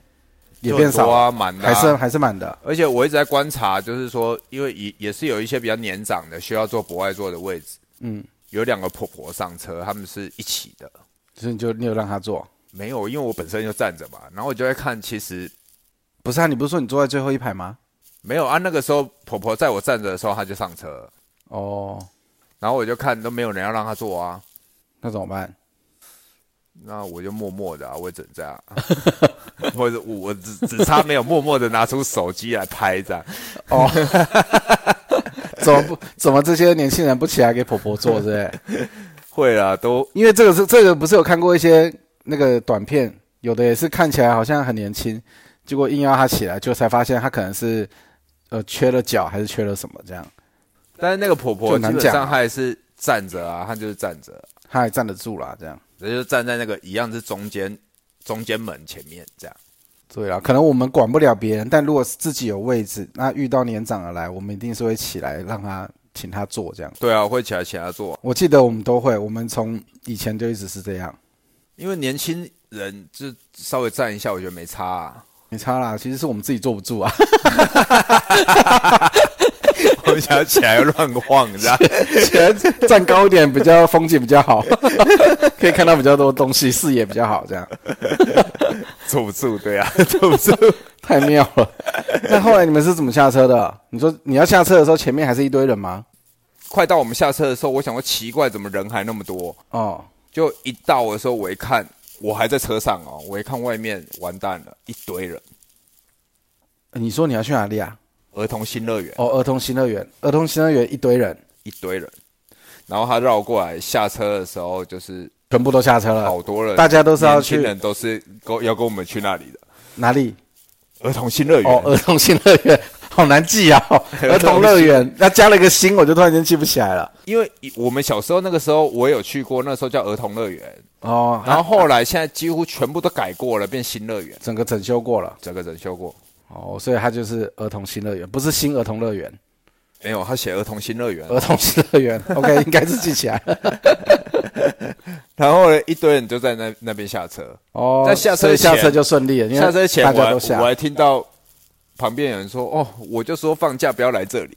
Speaker 2: 也变
Speaker 1: 就很
Speaker 2: 少
Speaker 1: 多
Speaker 2: 了，
Speaker 1: 啊，满的、
Speaker 2: 还是
Speaker 1: 啊。
Speaker 2: 还是满的。
Speaker 1: 而且我一直在观察，就是说，因为也也是有一些比较年长的需要坐博爱座的位置，
Speaker 2: 嗯，
Speaker 1: 有两个婆婆上车，他们是一起的。
Speaker 2: 所以你就你有让他坐？
Speaker 1: 没有，因为我本身就站着嘛，然后我就在看，其实
Speaker 2: 不是啊，你不是说你坐在最后一排吗？
Speaker 1: 没有啊。那个时候婆婆在我站着的时候，她就上车了。
Speaker 2: 哦，
Speaker 1: 然后我就看都没有人要让他坐啊，
Speaker 2: 那怎么办？
Speaker 1: 那我就默默的啊，我也只能这样， 或者我我只只差没有默默的拿出手机来拍这样，
Speaker 2: 哦， 怎么不怎么这些年轻人不起来给婆婆坐之 类？
Speaker 1: 会啊，都
Speaker 2: 因为这个是这个不是有看过一些那个短片，有的也是看起来好像很年轻，结果硬要他起来，就才发现他可能是呃缺了脚还是缺了什么这样，
Speaker 1: 但是那个婆婆
Speaker 2: 就
Speaker 1: 基
Speaker 2: 难
Speaker 1: 本
Speaker 2: 讲啊
Speaker 1: 上她还是站着啊，她就是站着，
Speaker 2: 他还站得住啦这样。
Speaker 1: 她就站在那个一样是中间中间门前面这样，
Speaker 2: 对啦，可能我们管不了别人，但如果是自己有位置，那遇到年长的来，我们一定是会起来让他请他坐这样。
Speaker 1: 对啊，我会起来请她坐，
Speaker 2: 我记得我们都会，我们从以前就一直是这样，
Speaker 1: 因为年轻人就稍微站一下，我觉得没差、啊，
Speaker 2: 没差啦。其实是我们自己坐不住啊，
Speaker 1: 我们想要起来乱晃这样，
Speaker 2: 站高一点比较风景比较好， 可以看到比较多东西，视野比较好这样。
Speaker 1: 坐不住，对啊，坐 不住，
Speaker 2: 太妙了！那后来你们是怎么下车的？你说你要下车的时候，前面还是一堆人吗？
Speaker 1: 快到我们下车的时候，我想说奇怪，怎么人还那么多？
Speaker 2: 哦，
Speaker 1: 就一到的时候，我一看，我还在车上哦，我一看外面完蛋了，一堆人，
Speaker 2: 你说你要去哪里啊？
Speaker 1: 儿童新乐园
Speaker 2: 哦，儿童新乐园，儿童新乐园一堆人，
Speaker 1: 一堆人， 然后他绕过来下车的时候，就是呃
Speaker 2: 全部都下车了。
Speaker 1: 好多人，
Speaker 2: 大家都是要
Speaker 1: 年轻
Speaker 2: 去
Speaker 1: 人都是跟要跟我们去那里的
Speaker 2: 哪里？
Speaker 1: 儿童新乐园，
Speaker 2: 哦，儿童新乐园， 好难记啊、 哦！儿童乐园，那加了一个新，我就突然间记不起来了。
Speaker 1: 因为我们小时候那个时候我有去过，那时候叫儿童乐园，
Speaker 2: 哦，
Speaker 1: 然后后来现在几乎全部都改过了，变新乐园，
Speaker 2: 整个整修过了。
Speaker 1: 整个整修过。
Speaker 2: 哦，所以它就是儿童新乐园，不是新儿童乐园，
Speaker 1: 没有，他写 儿童新乐园，
Speaker 2: 儿童新乐园。OK，应该 是记起来了。
Speaker 1: 然后呢一堆人就在那那边下车，
Speaker 2: 哦，
Speaker 1: 在下车
Speaker 2: 所以下
Speaker 1: 前
Speaker 2: 车就顺利了，因为
Speaker 1: 下车前
Speaker 2: 大
Speaker 1: 我
Speaker 2: 家
Speaker 1: 还
Speaker 2: 都下
Speaker 1: 我还听到旁边有人说：“哦，我就说放假不要来这里，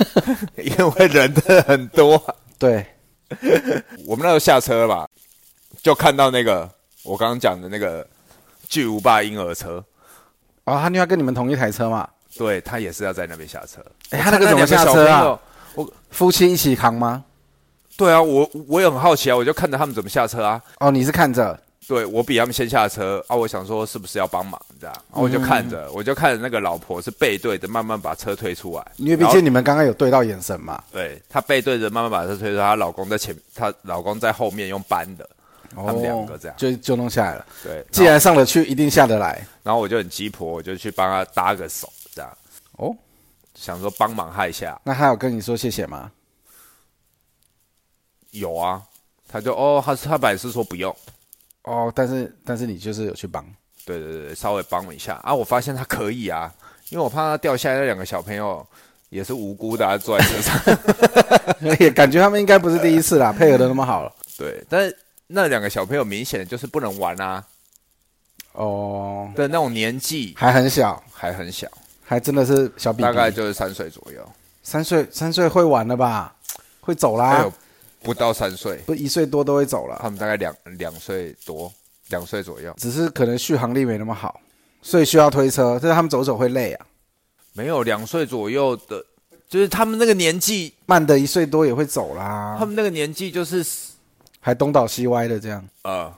Speaker 1: 因为人真的很多。
Speaker 2: 对，”
Speaker 1: 我们那时候下车吧，就看到那个我刚刚讲的那个巨无霸婴儿车，
Speaker 2: 哦，他另外跟你们同一台车嘛？
Speaker 1: 对他也是要在那边下车。
Speaker 2: 哎，他那个怎么
Speaker 1: 我看
Speaker 2: 下
Speaker 1: 两
Speaker 2: 车
Speaker 1: 小朋
Speaker 2: 啊
Speaker 1: 友？？
Speaker 2: 夫妻一起扛吗？
Speaker 1: 对啊，我我也很好奇啊，我就看着他们怎么下车啊。
Speaker 2: 哦，你是看着
Speaker 1: 对我比他们先下车啊，我想说是不是要帮忙这样，然后我就看着，我就看着那个老婆是背对着慢慢把车推出来，
Speaker 2: 因为毕
Speaker 1: 然后
Speaker 2: 竟你们刚刚有对到眼神嘛。
Speaker 1: 对她背对着慢慢把车推出来，她老公在前，她老公在后面用搬的，他们两个这样
Speaker 2: 哦就就弄下来了。
Speaker 1: 对，
Speaker 2: 既然上得去，一定下得来。
Speaker 1: 然后我就很鸡婆，我就去帮她搭个手这样，
Speaker 2: 哦，
Speaker 1: 想说帮忙害一下，
Speaker 2: 那他有跟你说谢谢吗？
Speaker 1: 有啊，她就哦，她她本来是说不用，
Speaker 2: 哦，但是但是你就是有去帮。
Speaker 1: 对对对，稍微帮我一下啊！我发现他可以啊，因为我怕他掉下来那两个小朋友也是无辜的、啊，坐在车上。
Speaker 2: 也感觉他们应该不是第一次啦，配合的那么好了。
Speaker 1: 对，但是那两个小朋友明显就是不能玩啊，
Speaker 2: 哦，
Speaker 1: 对，那种年纪
Speaker 2: 还很小，
Speaker 1: 还很小，
Speaker 2: 还真的是小比
Speaker 1: 大概就是三岁左右，
Speaker 2: 三岁，三岁会玩了吧？会走
Speaker 1: 还
Speaker 2: 啦
Speaker 1: 有，不到三岁，
Speaker 2: 不一岁多都会走了，
Speaker 1: 他们大概两两岁多，两岁左右，
Speaker 2: 只是可能续航力没那么好，所以需要推车。但是他们走走会累啊，
Speaker 1: 没有两岁左右的，就是他们那个年纪，
Speaker 2: 慢的一岁多也会走
Speaker 1: 他
Speaker 2: 啦，
Speaker 1: 们那个年纪就是
Speaker 2: 还东倒西歪的这样。
Speaker 1: 呃，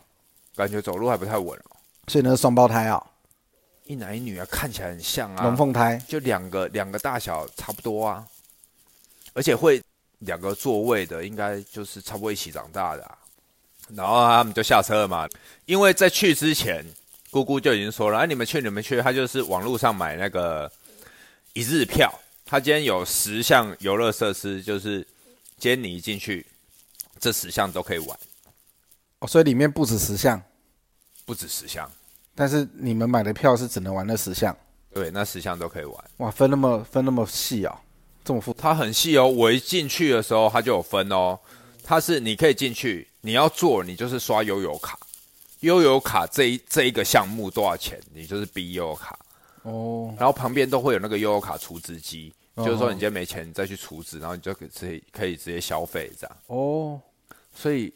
Speaker 1: 感觉走路还不太稳哦，
Speaker 2: 所以呢，双胞胎啊，
Speaker 1: 一男一女啊，看起来很像啊，
Speaker 2: 龙凤胎，
Speaker 1: 就两个两个大小差不多啊，而且会两个座位的，应该就是差不多一起长大的、啊。然后他们就下车了嘛，因为在去之前，姑姑就已经说了，哎、你们去你们去，他就是网络上买那个一日票，他今天有十项游乐设施，就是今天你一进去，这十项都可以玩，
Speaker 2: 哦所以里面不止十项，
Speaker 1: 不止十项，
Speaker 2: 但是你们买的票是只能玩那十项，
Speaker 1: 对，那十项都可以玩。
Speaker 2: 哇，分那么分那么细哦，这么复
Speaker 1: 它很细哦。我一进去的时候，它就有分哦。它是你可以进去，你要做，你就是刷悠游卡。悠游卡这一这一个项目多少钱？你就是逼悠游卡，
Speaker 2: 哦，
Speaker 1: 然后旁边都会有那个悠游卡储值机，
Speaker 2: 哦
Speaker 1: 就是说你今天没钱，你再去储值，然后你就可以直接可以直接消费这样。
Speaker 2: 哦，
Speaker 1: 所以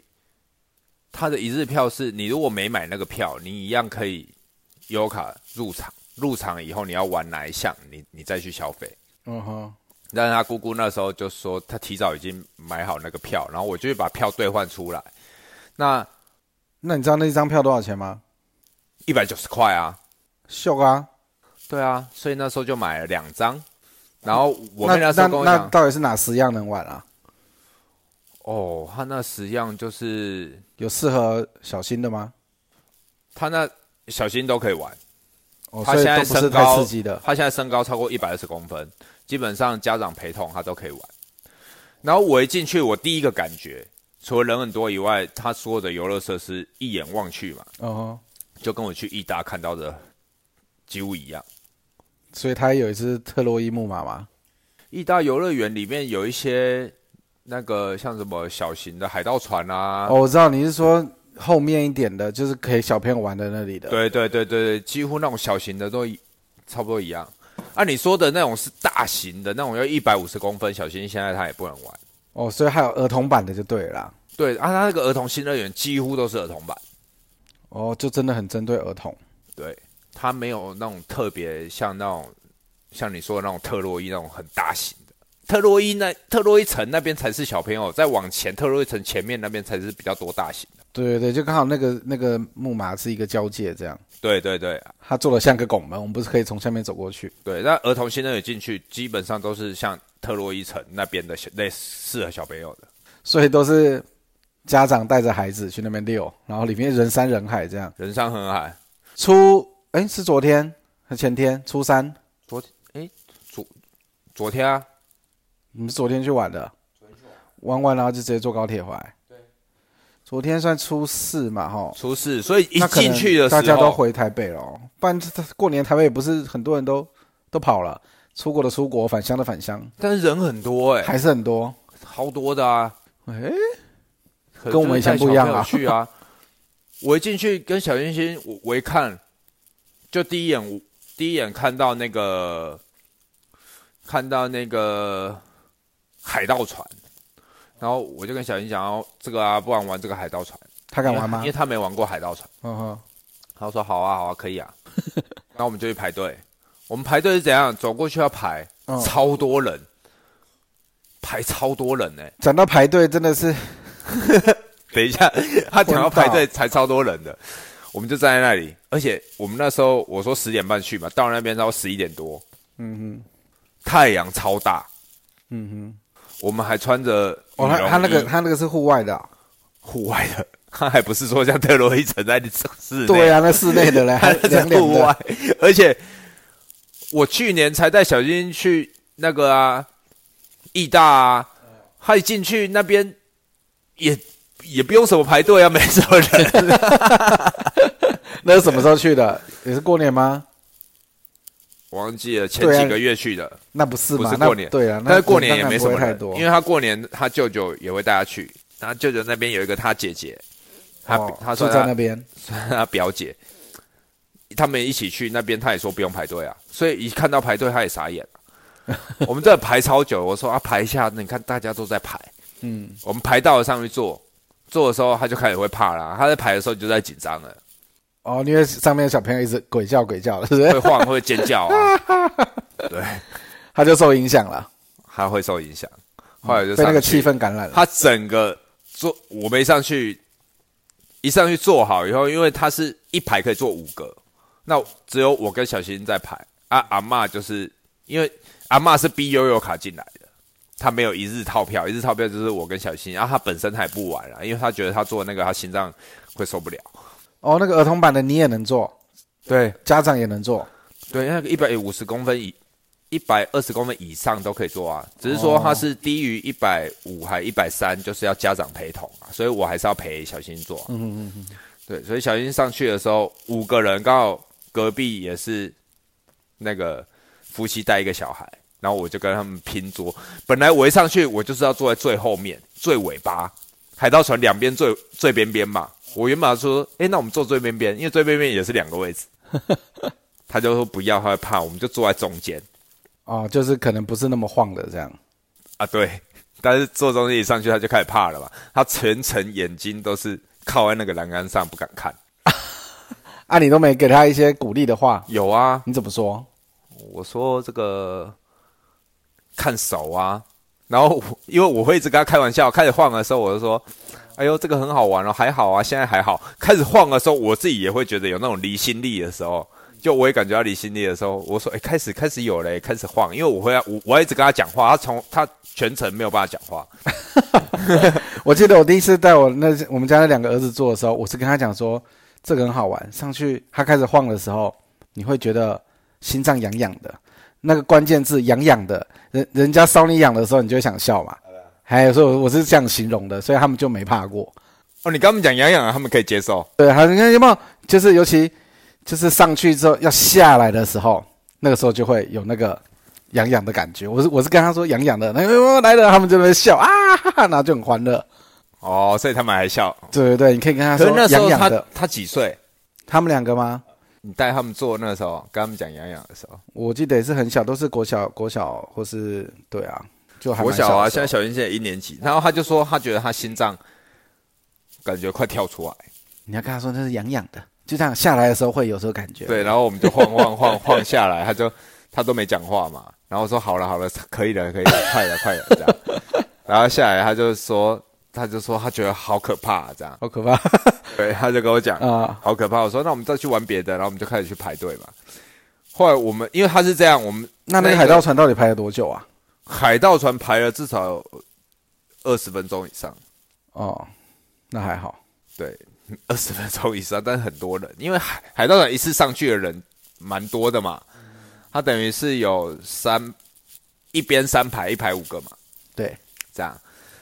Speaker 1: 它的一日票是你如果没买那个票，你一样可以悠游卡入场。入场以后你要玩哪一项，你你再去消费。
Speaker 2: 嗯哼，
Speaker 1: 但是他姑姑那时候就说，他提早已经买好那个票，然后我就去把票兑换出来，那
Speaker 2: 那你知道那一张票多少钱吗？
Speaker 1: 一百九十块啊，
Speaker 2: 秀啊，
Speaker 1: 对啊，所以那时候就买了两张，然后我
Speaker 2: 那
Speaker 1: 妹那时
Speaker 2: 那
Speaker 1: 候跟我
Speaker 2: 那
Speaker 1: 讲，
Speaker 2: 到底是哪十样能玩啊？
Speaker 1: 哦，他那十样就是
Speaker 2: 有适合小新的吗？
Speaker 1: 他那小新都可以玩，
Speaker 2: 哦，
Speaker 1: 他
Speaker 2: 所以
Speaker 1: 现
Speaker 2: 都
Speaker 1: 在
Speaker 2: 不是
Speaker 1: 身
Speaker 2: 太
Speaker 1: 高
Speaker 2: 刺激的。
Speaker 1: 他现在身高超过一百二十公分，基本上家长陪同他都可以玩。然后我一进去，我第一个感觉，除了人很多以外，他所有的游乐设施一眼望去嘛，
Speaker 2: 哦，
Speaker 1: 就跟我去义大看到的几乎一样。
Speaker 2: 所以他有一只特洛伊木马嘛？
Speaker 1: 义大游乐园里面有一些那个像什么小型的海盗船啊，
Speaker 2: 哦，我知道你是说后面一点的，就是可以小朋友玩的那里的。，
Speaker 1: 对对对对对，几乎那种小型的都一差不多一样。按、你说的那种是大型的那种，要一百五十公分，小型现在它也不能玩。
Speaker 2: 哦，所以还有儿童版的就对了啦。
Speaker 1: 对啊，它那个儿童新乐园几乎都是儿童版，
Speaker 2: 哦，就真的很针对儿童。
Speaker 1: 对，它没有那种特别像那种像你说的那种特洛伊那种很大型的。特洛伊那特洛伊城那边才是小朋友，再往前特洛伊城前面那边才是比较多大型的。
Speaker 2: 对对对，就刚好那个那个木马是一个交界，这样
Speaker 1: 对对对
Speaker 2: 它做的像个拱门，我们不是可以从下面走过去？
Speaker 1: 对，那儿童新乐园进去基本上都是像特洛伊城那边的小类似适合小朋友的，
Speaker 2: 所以都是家长带着孩子去那边溜，然后里面人山人海这样。
Speaker 1: 人山人海。
Speaker 2: 初哎是昨天还前天初三，
Speaker 1: 昨天啊，
Speaker 2: 你们是昨天去玩的？玩完然后就直接坐高铁回来。对，昨天算初四嘛哈，
Speaker 1: 初四，所以一
Speaker 2: 那可能
Speaker 1: 进去的时候，
Speaker 2: 大家都回台北了哦，不然这这过年台北不是很多人都都跑了，出国的出国，返乡的返乡，
Speaker 1: 但是人很多哎、
Speaker 2: 还是很多。
Speaker 1: 超多的啊，
Speaker 2: 哎，
Speaker 1: 可
Speaker 2: 跟我们以前
Speaker 1: 就是带
Speaker 2: 不一样
Speaker 1: 小
Speaker 2: 啊
Speaker 1: 朋友去啊，我一进去跟小星星我我一看，就第一眼我第一眼看到那个看到那个海盗船，然后我就跟小星星讲，哦，这个啊，不然玩这个海盗船。
Speaker 2: 他敢玩吗
Speaker 1: 因为？他没玩过海盗船，
Speaker 2: 嗯哼，
Speaker 1: 他说好啊好啊可以啊， 然后我们就去排队。我们排队是怎样？走过去要排，
Speaker 2: 嗯
Speaker 1: 超多人，排超多人呢、
Speaker 2: 讲到排队真的是
Speaker 1: 等一下，他讲要
Speaker 2: 昏倒
Speaker 1: 排队才超多人的，我们就站在那里，而且我们那时候我说十点半去嘛，到那边差不多十一点多，
Speaker 2: 嗯
Speaker 1: 太阳超大，
Speaker 2: 哼，嗯
Speaker 1: 我们还穿着
Speaker 2: 哼，哦，
Speaker 1: 羽绒
Speaker 2: 他他那个
Speaker 1: 衣
Speaker 2: 他那个是户外的啊、
Speaker 1: 户外的，他还不是说像特洛伊城在室内，
Speaker 2: 对啊，那室 内的嘞，还
Speaker 1: 他在
Speaker 2: 凉凉
Speaker 1: 户外
Speaker 2: 的，，
Speaker 1: 而且我去年才带小金去那个啊，义大啊，他一进去那边也也不用什么排队啊，没什 么人，
Speaker 2: 那是什么时候去的？也是过年吗？
Speaker 1: 忘记了前
Speaker 2: 对啊
Speaker 1: 几个月去的，
Speaker 2: 那不是
Speaker 1: 不
Speaker 2: 嘛？
Speaker 1: 是
Speaker 2: 那
Speaker 1: 过年
Speaker 2: 对啊，那
Speaker 1: 但是过年
Speaker 2: 当
Speaker 1: 也
Speaker 2: 然
Speaker 1: 没
Speaker 2: 不
Speaker 1: 什
Speaker 2: 会
Speaker 1: 么
Speaker 2: 太
Speaker 1: 人
Speaker 2: 多，
Speaker 1: 因为他过年他舅舅也会带他去，他舅舅那边有一个他姐姐，他、
Speaker 2: 哦
Speaker 1: 他
Speaker 2: 住
Speaker 1: 说
Speaker 2: 在
Speaker 1: 他
Speaker 2: 那边，
Speaker 1: 他表姐，他们一起去那边，他也说不用排队啊，所以一看到排队他也傻眼 了我们这排超久，我说啊排一下，你看大家都在排，
Speaker 2: 嗯，
Speaker 1: 我们排到了上去坐，坐的时候他就开始会怕啦，他在排的时候就在紧张了，
Speaker 2: 哦，因为上面的小朋友一直鬼叫鬼叫的，是不
Speaker 1: 会
Speaker 2: 是？
Speaker 1: 晃会尖叫啊，
Speaker 2: 他就受影响了，
Speaker 1: 他会受影响。后来就
Speaker 2: 被那
Speaker 1: 上
Speaker 2: 个
Speaker 1: 去
Speaker 2: 气氛感染了。
Speaker 1: 他整个坐我没上去，一上去坐好以后，因为他是一排可以坐五个，那只有我跟小新在排啊。阿嬷就是因为阿嬷是逼悠悠卡进来的，他没有一日套票，一日套票就是我跟小新，然、后他本身他也不玩了，因为他觉得他做那个他心脏会受不了。
Speaker 2: 哦，那个儿童版的你也能做，
Speaker 1: 对
Speaker 2: 家长也能做，
Speaker 1: 对，那个一百五十公分以。一百二十公分以上都可以做啊，只是说他是低于一百五还一百三，就是要家长陪同啊，所以我还是要陪小新做啊、
Speaker 2: 嗯嗯嗯，
Speaker 1: 对，所以小新上去的时候，五个人刚好隔壁也是那个夫妻带一个小孩，然后我就跟他们拼桌。本来我一上去，我就是要坐在最后面、最尾巴，海盗船两边最最边边嘛。我原本说，诶，那我们坐最边边，因为最边边也是两个位置。他就说不要，他会怕，我们就坐在中间
Speaker 2: 哦，就是可能不是那么晃的这样，
Speaker 1: 啊。对，但是坐中间一上去，他就开始怕了嘛。他全程眼睛都是靠在那个栏杆上，不敢看。
Speaker 2: 啊，你都没给他一些鼓励的话，
Speaker 1: 有啊，
Speaker 2: 你怎么说？
Speaker 1: 我说这个看手啊，然后我 因为我会一直跟他开玩笑，开始晃的时候我就说，哎呦这个很好玩哦，还好啊，现在还好。开始晃的时候，我自己也会觉得有那种离心力的时候，就我也感觉到离心力的时候，我说哎开始开始有嘞，开始晃，因为我会我我一直跟他讲话，他从他全程没有办法讲话，
Speaker 2: 我记得我第一次带我那我们家那两个儿子做的时候，我是跟他讲说这个很好玩，上去他开始晃的时候，你会觉得心脏痒痒的，那个关键字痒痒的，人人家搔你痒的时候，你就会想笑嘛。
Speaker 1: 啊
Speaker 2: 还有说我我是这样形容的，所以他们就没怕过。
Speaker 1: 哦你跟他们讲痒痒啊，他们可以接受，
Speaker 2: 对，还有你看有没有？就是尤其就是上去之后要下来的时候，那个时候就会有那个痒痒的感觉。我是我是跟他说痒痒的，那、哎、来了，他们就在那边笑啊，哈哈，然后就很欢乐。
Speaker 1: 哦所以他们还笑。
Speaker 2: 对对对，你可以跟他
Speaker 1: 可
Speaker 2: 说
Speaker 1: 是那时
Speaker 2: 痒
Speaker 1: 候
Speaker 2: 痒
Speaker 1: 他
Speaker 2: 的。
Speaker 1: 他几岁？
Speaker 2: 他们两个吗？
Speaker 1: 你带他们做那时候，跟他们讲痒痒的时候。
Speaker 2: 我记得也是很小，都是国小、国小或是对啊，就还
Speaker 1: 我
Speaker 2: 蛮
Speaker 1: 小啊，
Speaker 2: 的时
Speaker 1: 现在
Speaker 2: 候
Speaker 1: 小云现在一年级，然后他就说他觉得他心脏感觉快跳出来，
Speaker 2: 你要跟他说那是痒痒的，就这样下来的时候会有时候感觉。
Speaker 1: 对，然后我们就 晃晃晃晃下来，他就他都没讲话嘛，然后我说好了好了，可以了可以了，快了快了这样，然后下来他就说他就说他觉得好可怕、啊这样，
Speaker 2: 好可怕
Speaker 1: 对，他就跟我讲
Speaker 2: 啊！
Speaker 1: 好可怕，我说那我们再去玩别的，然后我们就开始去排队嘛。后来我们因为他是这样，我们
Speaker 2: 那那
Speaker 1: 那
Speaker 2: 个
Speaker 1: 个
Speaker 2: 海盗船到底拍了多久啊？
Speaker 1: 海盗船排了至少二十分钟以上。
Speaker 2: 哦，那还好，
Speaker 1: 对， 二十分钟以上，但是很多人，因为海海盗船一次上去的人蛮多的嘛，他等于是有三一边三排，一排五个嘛，
Speaker 2: 对，
Speaker 1: 这样，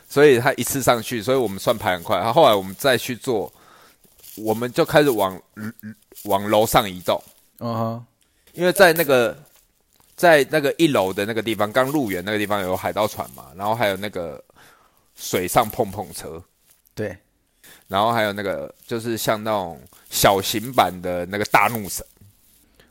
Speaker 1: 所以他一次上去，所以我们算排很快。他后来我们再去做，我们就开始往往楼上移动，
Speaker 2: 嗯哼，
Speaker 1: 因为在那个在那个一楼的那个地方，刚入园那个地方有海盗船嘛，然后还有那个水上碰碰车，
Speaker 2: 对，
Speaker 1: 然后还有那个就是像那种小型版的那个大怒神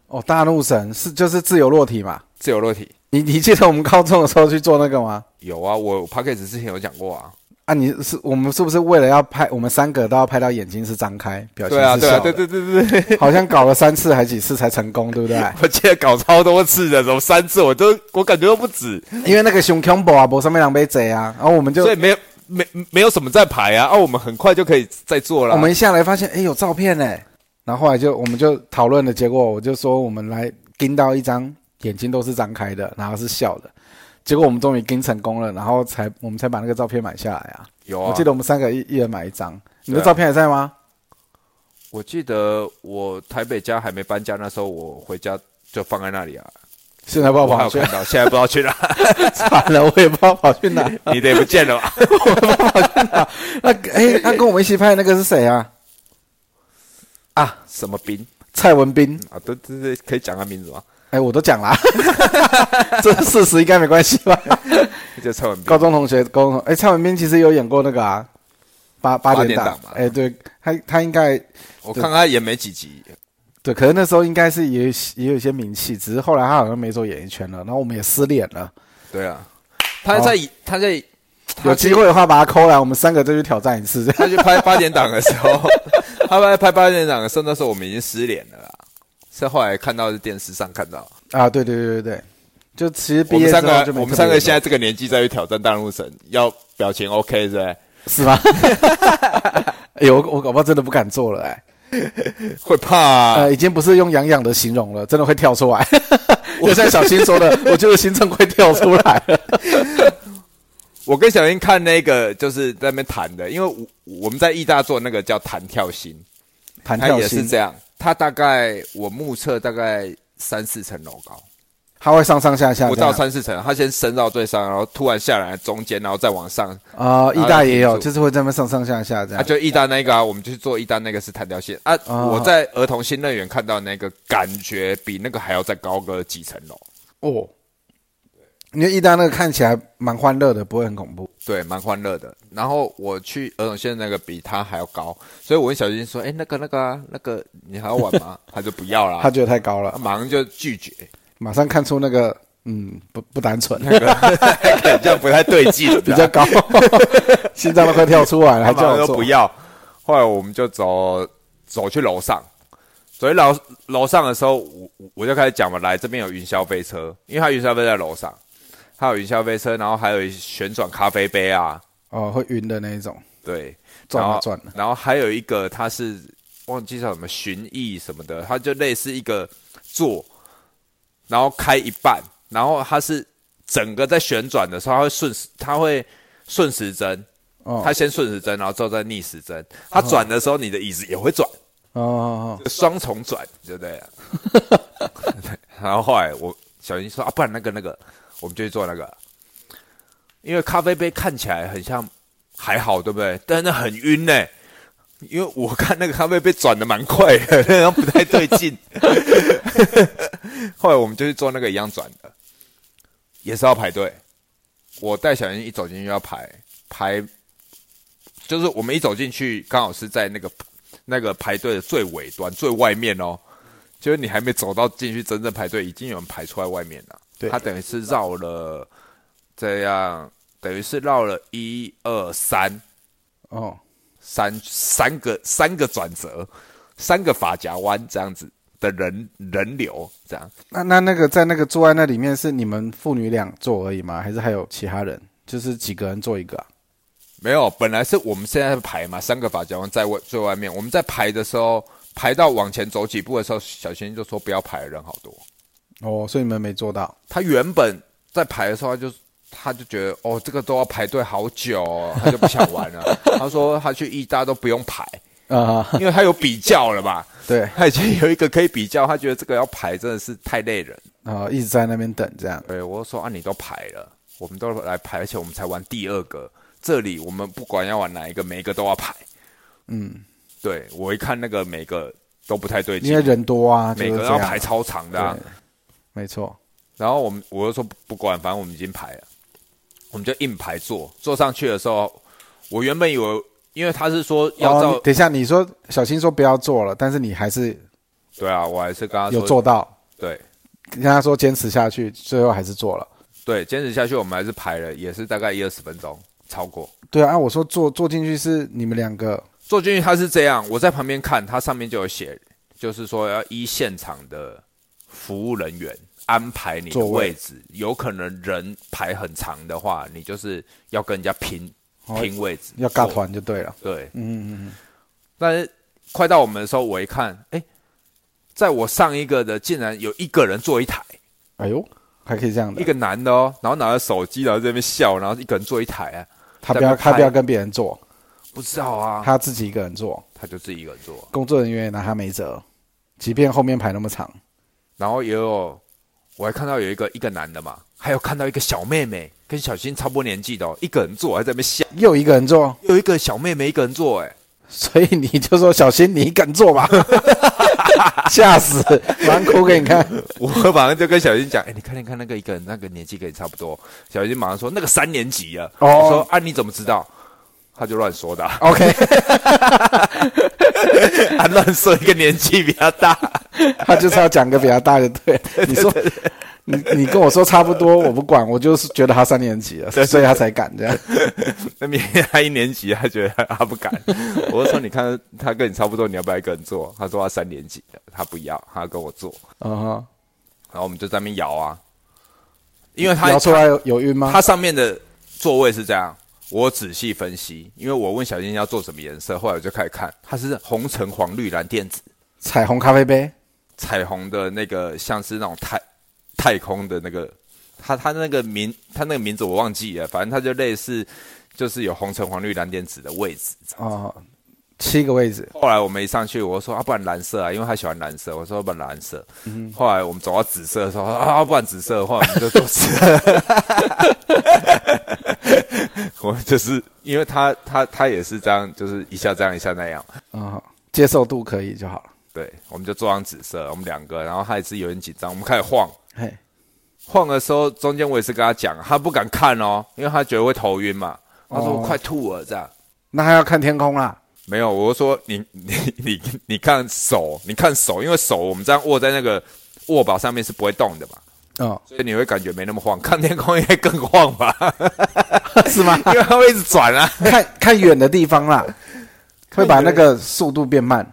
Speaker 2: 哦，大怒神是就是自由落体嘛？
Speaker 1: 自由落体，
Speaker 2: 你你记得我们高中的时候去做那个吗？
Speaker 1: 有啊，我 p a c k a g e 之前有讲过啊，
Speaker 2: 啊，你是我们是不是为了要拍，我们三个都要拍到眼睛是张开，表情
Speaker 1: 对啊，
Speaker 2: 是
Speaker 1: 对啊，
Speaker 2: 笑
Speaker 1: 对对
Speaker 2: 的，
Speaker 1: 对对对，
Speaker 2: 好像搞了三次还几次才成功，对不对？
Speaker 1: 我记得搞超多次的，怎么三次我都我感觉都不止，
Speaker 2: 因为那个熊 combo 啊，博上面两杯贼啊，然后我们就
Speaker 1: 所以没有没没有什么在排啊，啊，我们很快就可以再做了。
Speaker 2: 我们一下来发现，哎、有照片哎，然后后来就我们就讨论的结果，我就说我们来盯到一张眼睛都是张开的，然后是笑的，结果我们终于盯成功了，然后才我们才把那个照片买下来啊。
Speaker 1: 有啊，
Speaker 2: 我记得我们三个一一人买一张，你的
Speaker 1: 对啊
Speaker 2: 照片还在吗？
Speaker 1: 我记得我台北家还没搬家那时候，我回家就放在那里啊，
Speaker 2: 现在不知道
Speaker 1: 我还
Speaker 2: 跑
Speaker 1: 有
Speaker 2: 去
Speaker 1: 看到，现在不知道去哪，
Speaker 2: 惨了，我也不知道跑去哪。
Speaker 1: 你的也不见了吧？
Speaker 2: 那哎，那跟我们一起拍的那个是谁啊？
Speaker 1: 啊，什么兵
Speaker 2: 蔡文斌。
Speaker 1: 啊？对对对，可以讲他名 字吗？
Speaker 2: 哎，我都讲了啊，这事实应该没关系吧？
Speaker 1: 叫蔡文
Speaker 2: 高
Speaker 1: 斌，
Speaker 2: 中同学，高中同哎，蔡文斌其实有演过那个啊，八八
Speaker 1: 八
Speaker 2: 点
Speaker 1: 点
Speaker 2: 档
Speaker 1: 档嘛
Speaker 2: 哎，对他他应该
Speaker 1: 我看他演没几集，
Speaker 2: 对，可能那时候应该是也有也有一些名气，只是后来他好像没走演艺圈了，然后我们也失联了。
Speaker 1: 对啊，他在他在
Speaker 2: 哦有机会的话把他抠来，我们三个再去挑战一次。
Speaker 1: 他去拍八点档的时候，他在拍八点档的时候，那时候我们已经失联了啦，是后来看到是电视上看到。
Speaker 2: 啊，对对对对对，就其实毕
Speaker 1: 我们
Speaker 2: 业之
Speaker 1: 三
Speaker 2: 后就
Speaker 1: 个，
Speaker 2: 没
Speaker 1: 我们
Speaker 2: 特别
Speaker 1: 三个
Speaker 2: 联
Speaker 1: 现在这个年纪再去挑战大陆神，要表情 OK 是不是？
Speaker 2: 络是吧？ 哎呦，我我搞不好真的不敢做了哎、
Speaker 1: 会怕、啊，
Speaker 2: 呃，已经不是用痒痒的形容了，真的会 跳出来。就像小新说的，我觉得行政会跳出来了。
Speaker 1: 我跟小英看那个就是在那边弹的，因为我我们在义大做那个叫弹跳心，
Speaker 2: 弹
Speaker 1: 它
Speaker 2: 跳
Speaker 1: 也是
Speaker 2: 心，
Speaker 1: 这样，它大概我目测大概三四层楼高，
Speaker 2: 它会上上下下
Speaker 1: 不
Speaker 2: 这样。
Speaker 1: 到三四层，它先升到最上，然后突然下来中间，然后再往上，
Speaker 2: 啊，
Speaker 1: 然
Speaker 2: 意
Speaker 1: 后
Speaker 2: 大
Speaker 1: 就
Speaker 2: 也
Speaker 1: 停
Speaker 2: 有，
Speaker 1: 住
Speaker 2: 就是会在那边上上下下这
Speaker 1: 啊，
Speaker 2: 样。
Speaker 1: 就义大那个啊，我们就去做义大那个是弹跳线啊。
Speaker 2: 哦
Speaker 1: 我在儿童新乐园看到那个，感觉比那个还要再高个几层楼，
Speaker 2: 哦，因为意大那个看起来蛮欢乐的，不会很恐怖。
Speaker 1: 对，蛮欢乐的。然后我去儿童新那个比它还要高，所以我跟小金说：“哎、那个那个、啊、那个，你还要玩 吗？”他就不要
Speaker 2: 他
Speaker 1: 啦，
Speaker 2: 觉得太高
Speaker 1: 他
Speaker 2: 了，
Speaker 1: 马上就拒绝，
Speaker 2: 马上看出那个嗯不不单纯，
Speaker 1: 这样不太对劲，
Speaker 2: 比较 高，心脏都快跳出来了，
Speaker 1: 他
Speaker 2: 还
Speaker 1: 马
Speaker 2: 叫
Speaker 1: 上
Speaker 2: 我
Speaker 1: 说
Speaker 2: 做
Speaker 1: 不。要。后来我们就走走去楼上，走去楼楼上的时候，我我我就开始讲嘛，来这边有云霄飞车，因为它云霄飞在楼上，它有云霄飞车，然后还有一旋转咖啡杯啊，
Speaker 2: 哦，会晕的那一种，
Speaker 1: 对，
Speaker 2: 转
Speaker 1: 然
Speaker 2: 啊
Speaker 1: 后
Speaker 2: 转啊
Speaker 1: 然后还有一个它是忘记叫什么巡弋什么的，它就类似一个座，然后开一半，然后它是整个在旋转的时候，它会顺时，它会顺时针，
Speaker 2: 哦，
Speaker 1: 它先顺时针，然后之后再逆时针。它转的时候，你的椅子也会转，
Speaker 2: 哦哦哦，
Speaker 1: 双重转，对不对 了？然后后来我小英说啊，不然那个那个，我们就去做那个，因为咖啡杯看起来很像还好，对不对？但是那很晕呢、因为我看那个咖啡杯转的蛮快的，然后不太对劲。 后来我们就去做那个一样转的，也是要排队。我带小英一走进去要排排，就是我们一走进去，刚好是在那个那个排队的最尾端、最外面哦，就是你还没走到进去真正排队，已经有人排出来外面了。
Speaker 2: 对
Speaker 1: 他等于是绕了这样，等于是绕了一二三
Speaker 2: 哦，
Speaker 1: 三三个三个转折，三个法夹弯这样子的人人流这样。
Speaker 2: 那那那个在那个坐在那里面是你们父女俩坐而已吗？还是还有其他人？就是几个人坐一个啊？
Speaker 1: 没有，本来是我们现在排嘛，三个法夹弯在外最外面。我们在排的时候，排到往前走几步的时候，小仙就说不要排，人好多。
Speaker 2: 哦，所以你们没坐到。
Speaker 1: 他原本在排的时候，他就他就觉得哦，这个都要排队好久、哦，他就不想玩 了。他说他去意大都不用排，
Speaker 2: 啊、
Speaker 1: 因为他有比较了 嘛，
Speaker 2: 对，
Speaker 1: 他已经有一个可以比较，他觉得这个要排真的是太累人。
Speaker 2: 啊、一直在那边等这样。
Speaker 1: 对，我就说啊，你都排了，我们都来排，而且我们才玩第二个，这里我们不管要玩哪一个，每一个都要排。
Speaker 2: 嗯，
Speaker 1: 对我一看那个每个都不太对
Speaker 2: 因为
Speaker 1: 劲，
Speaker 2: 人多啊，就
Speaker 1: 每
Speaker 2: 是
Speaker 1: 个
Speaker 2: 这
Speaker 1: 都
Speaker 2: 样
Speaker 1: 要排超长的、啊。
Speaker 2: 对没错。
Speaker 1: 然后我们我就说不不管，反正我们已经排了，我们就硬排坐。坐上去的时候，我原本以为，因为他是说要照，
Speaker 2: 哦、等一下，你说小新说不要做了，但是你还是
Speaker 1: 对啊，我还是跟他说
Speaker 2: 有做到，
Speaker 1: 对
Speaker 2: 跟他说坚持下去，最后还是做了。
Speaker 1: 对，坚持下去，我们还是排了，也是大概一二十分钟超过。
Speaker 2: 对啊，啊我说坐坐进去是你们两个
Speaker 1: 坐进去他是这样，我在旁边看，他上面就有写，就是说要依现场的服务人员安排你的
Speaker 2: 座位
Speaker 1: 位置，有可能人排很长的话，你就是要跟人家拼
Speaker 2: 哦
Speaker 1: 拼位置，
Speaker 2: 要尬团就对了。
Speaker 1: 对，
Speaker 2: 嗯嗯嗯，
Speaker 1: 但是快到我们的时候，我一看，哎、在我上一个的竟然有一个人坐一台，
Speaker 2: 哎呦，还可以这样的
Speaker 1: 一。个男的哦，然后拿着手机，然后在那边笑，然后一个人坐一台啊，
Speaker 2: 他
Speaker 1: 在
Speaker 2: 不要
Speaker 1: 那
Speaker 2: 他不
Speaker 1: 拍
Speaker 2: 要跟别人做，
Speaker 1: 不知道啊，
Speaker 2: 他自己一个人做，
Speaker 1: 他就自己一个人坐，
Speaker 2: 工作人员也拿他没辙，即便后面排那么长。
Speaker 1: 然后也有我还看到有一个一个男的嘛，还有看到一个小妹妹跟小新差不多年纪的、哦，一个人坐还在那边笑，
Speaker 2: 又一个人做，
Speaker 1: 有一个小妹妹一个人坐、哎，
Speaker 2: 所以你就说小心，你敢做吧？ 吓死，蛮哭给你看。
Speaker 1: 我马上就跟小新讲，哎、你看你看那个一个人那个年纪跟你差不多，小新马上说那个三年级了，
Speaker 2: 哦
Speaker 1: 我说啊你怎么知道？他就乱说的啊、
Speaker 2: OK，
Speaker 1: 他乱说一个年纪比较大，
Speaker 2: 他就是要讲个比较大的，对。你说，你你跟我说差不多，我不管，我就是觉得他三年级了，所以他才敢这样。
Speaker 1: 那明天他一年级，他觉得他不敢。我就说你看他跟你差不多，你要不要一个人做？他说他啊三年级的，他不要，他要跟我做。
Speaker 2: 嗯
Speaker 1: 然后我们就在那边摇啊，因为
Speaker 2: 哼，
Speaker 1: 他
Speaker 2: 摇啊出来有有晕吗？
Speaker 1: 它上面的座位是这样，我仔细分析，因为我问小金要做什么颜色，后来我就开始看，它是红橙黄绿蓝靛紫，
Speaker 2: 彩虹咖啡杯，
Speaker 1: 彩虹的那个像是那种太太空的那个，它它那个名它那个名字我忘记了，反正它就类似就是有红橙黄绿蓝靛紫的位置。
Speaker 2: 哦，七个位置，
Speaker 1: 后来我们一上去，我说啊，不然蓝色啊，因为他喜欢蓝色，我说不然蓝色。后来我们走到紫色的时候，他说啊，不然紫色的话，我们就做紫色。 我们就是因为他他他也是这样，就是一下这样一下那样，
Speaker 2: 嗯，接受度可以就好了。
Speaker 1: 对，我们就做上紫色，我们两个，然后他也是有点紧张，我们开始晃
Speaker 2: 嘿，
Speaker 1: 晃的时候，中间我也是跟他讲，他不敢看哦，因为他觉得会头晕嘛，他说
Speaker 2: 哦
Speaker 1: 我快吐了这样。
Speaker 2: 那还要看天空啦。
Speaker 1: 没有，我就说你 你你你看手，你看手，因为手我们这样握在那个握把上面是不会动的嘛，
Speaker 2: 嗯，
Speaker 1: 所以你会感觉没那么晃。看天空应该更晃 吧，
Speaker 2: 是吗？
Speaker 1: 因为它会一直转啊。
Speaker 2: 看看远的地方啦，会把那个速度变慢。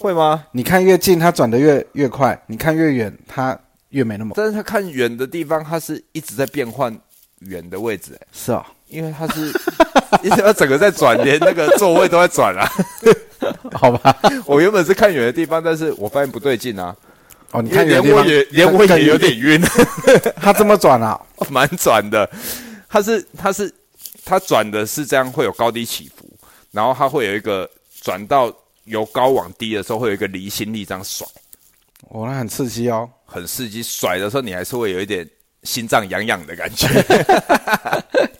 Speaker 1: 会吗？
Speaker 2: 你看越近，它转的越越快；你看越远，它越没那么。
Speaker 1: 但是它看远的地方，它是一直在变换远的位置、欸
Speaker 2: 是哦，
Speaker 1: 因为它是 一直它整个在转，连那个座位都在转啊。
Speaker 2: 好吧。
Speaker 1: 我原本是看远的地方，但是我发现不对劲啊，
Speaker 2: 哦，你
Speaker 1: 因为
Speaker 2: 看远
Speaker 1: 连
Speaker 2: 的地
Speaker 1: 我
Speaker 2: 方
Speaker 1: 也连
Speaker 2: 更
Speaker 1: 我
Speaker 2: 更
Speaker 1: 也有点晕。
Speaker 2: 它这么转啊？
Speaker 1: 蛮转的，它是它是它转的是这样，会有高低起伏，然后它会有一个转到由高往低的时候，会有一个离心力这样甩，
Speaker 2: 哦，那很刺激哦。
Speaker 1: 很刺激。甩的时候你还是会有一点心脏痒痒的感觉，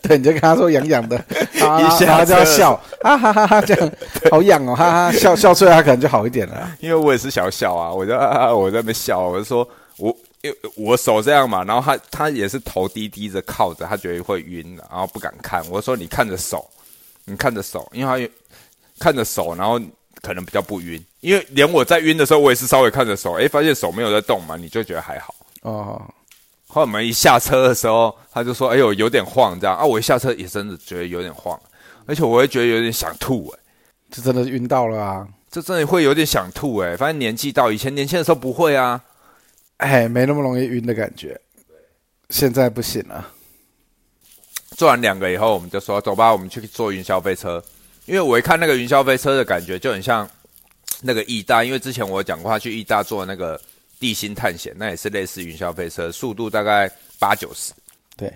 Speaker 2: 对，你就跟他说痒 痒的，啊
Speaker 1: 一下车
Speaker 2: 然后就要笑，啊哈哈哈，这样好痒哦，哈哈， 笑笑出来，他可能就好一点了。
Speaker 1: 因为我也是想笑啊，我就啊啊啊我在那边笑，我就说我。因为我手这样嘛，然后他他也是头低低着靠着，他觉得会晕，然后不敢看。我说你看着手，你看着手，因为他有看着手，然后可能比较不晕，因为连我在晕的时候，我也是稍微看着手，诶，发现手没有在动嘛，你就觉得还好。
Speaker 2: 哦，
Speaker 1: 后来我们一下车的时候，他就说：“哎呦，有点晃这样啊！”我一下车也真的觉得有点晃，而且我会觉得有点想吐、诶，
Speaker 2: 就真的晕到了啊！
Speaker 1: 这真的会有点想吐、诶，反正年纪到，以前年轻的时候不会啊，
Speaker 2: 哎，没那么容易晕的感觉，现在不行了。
Speaker 1: 做完两个以后，我们就说：“走吧，我们去坐云霄飞车。”因为我一看那个云霄飞车的感觉，就很像那个义大，因为之前我有讲过，他去义大做那个地心探险，那也是类似云霄飞车，速度大概八九十。
Speaker 2: 对，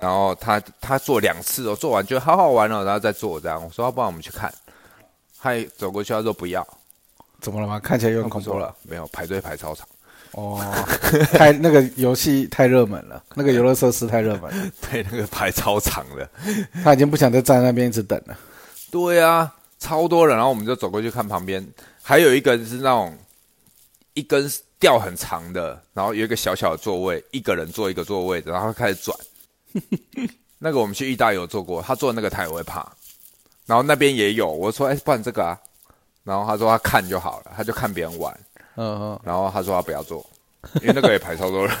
Speaker 1: 然后他他做两次哦，做完觉得好好玩哦，然后再做这样。我说：“要哦不然我们去看。”他也走过去，他说：“不要。
Speaker 2: 怎么了吗？看起来”又
Speaker 1: 我
Speaker 2: 很恐怖
Speaker 1: 说。了，没有排队排超长。
Speaker 2: 哦，太那个游戏太热门了，那个游乐设施太热门了，
Speaker 1: 对，那个排超长的。
Speaker 2: 他已经不想再站在那边一直等了。
Speaker 1: 对啊，超多人。然后我们就走过去看旁边，还有一根是那种一根吊很长的，然后有一个小小的座位，一个人坐一个座位，然后开始转。那个我们去意大利有坐过，他坐那个他也会怕。然后那边也有，我说哎、不然这个啊。然后他说他看就好了，他就看别人玩。
Speaker 2: 嗯嗯。
Speaker 1: 然后他说他不要做，因为那个也排超多 人。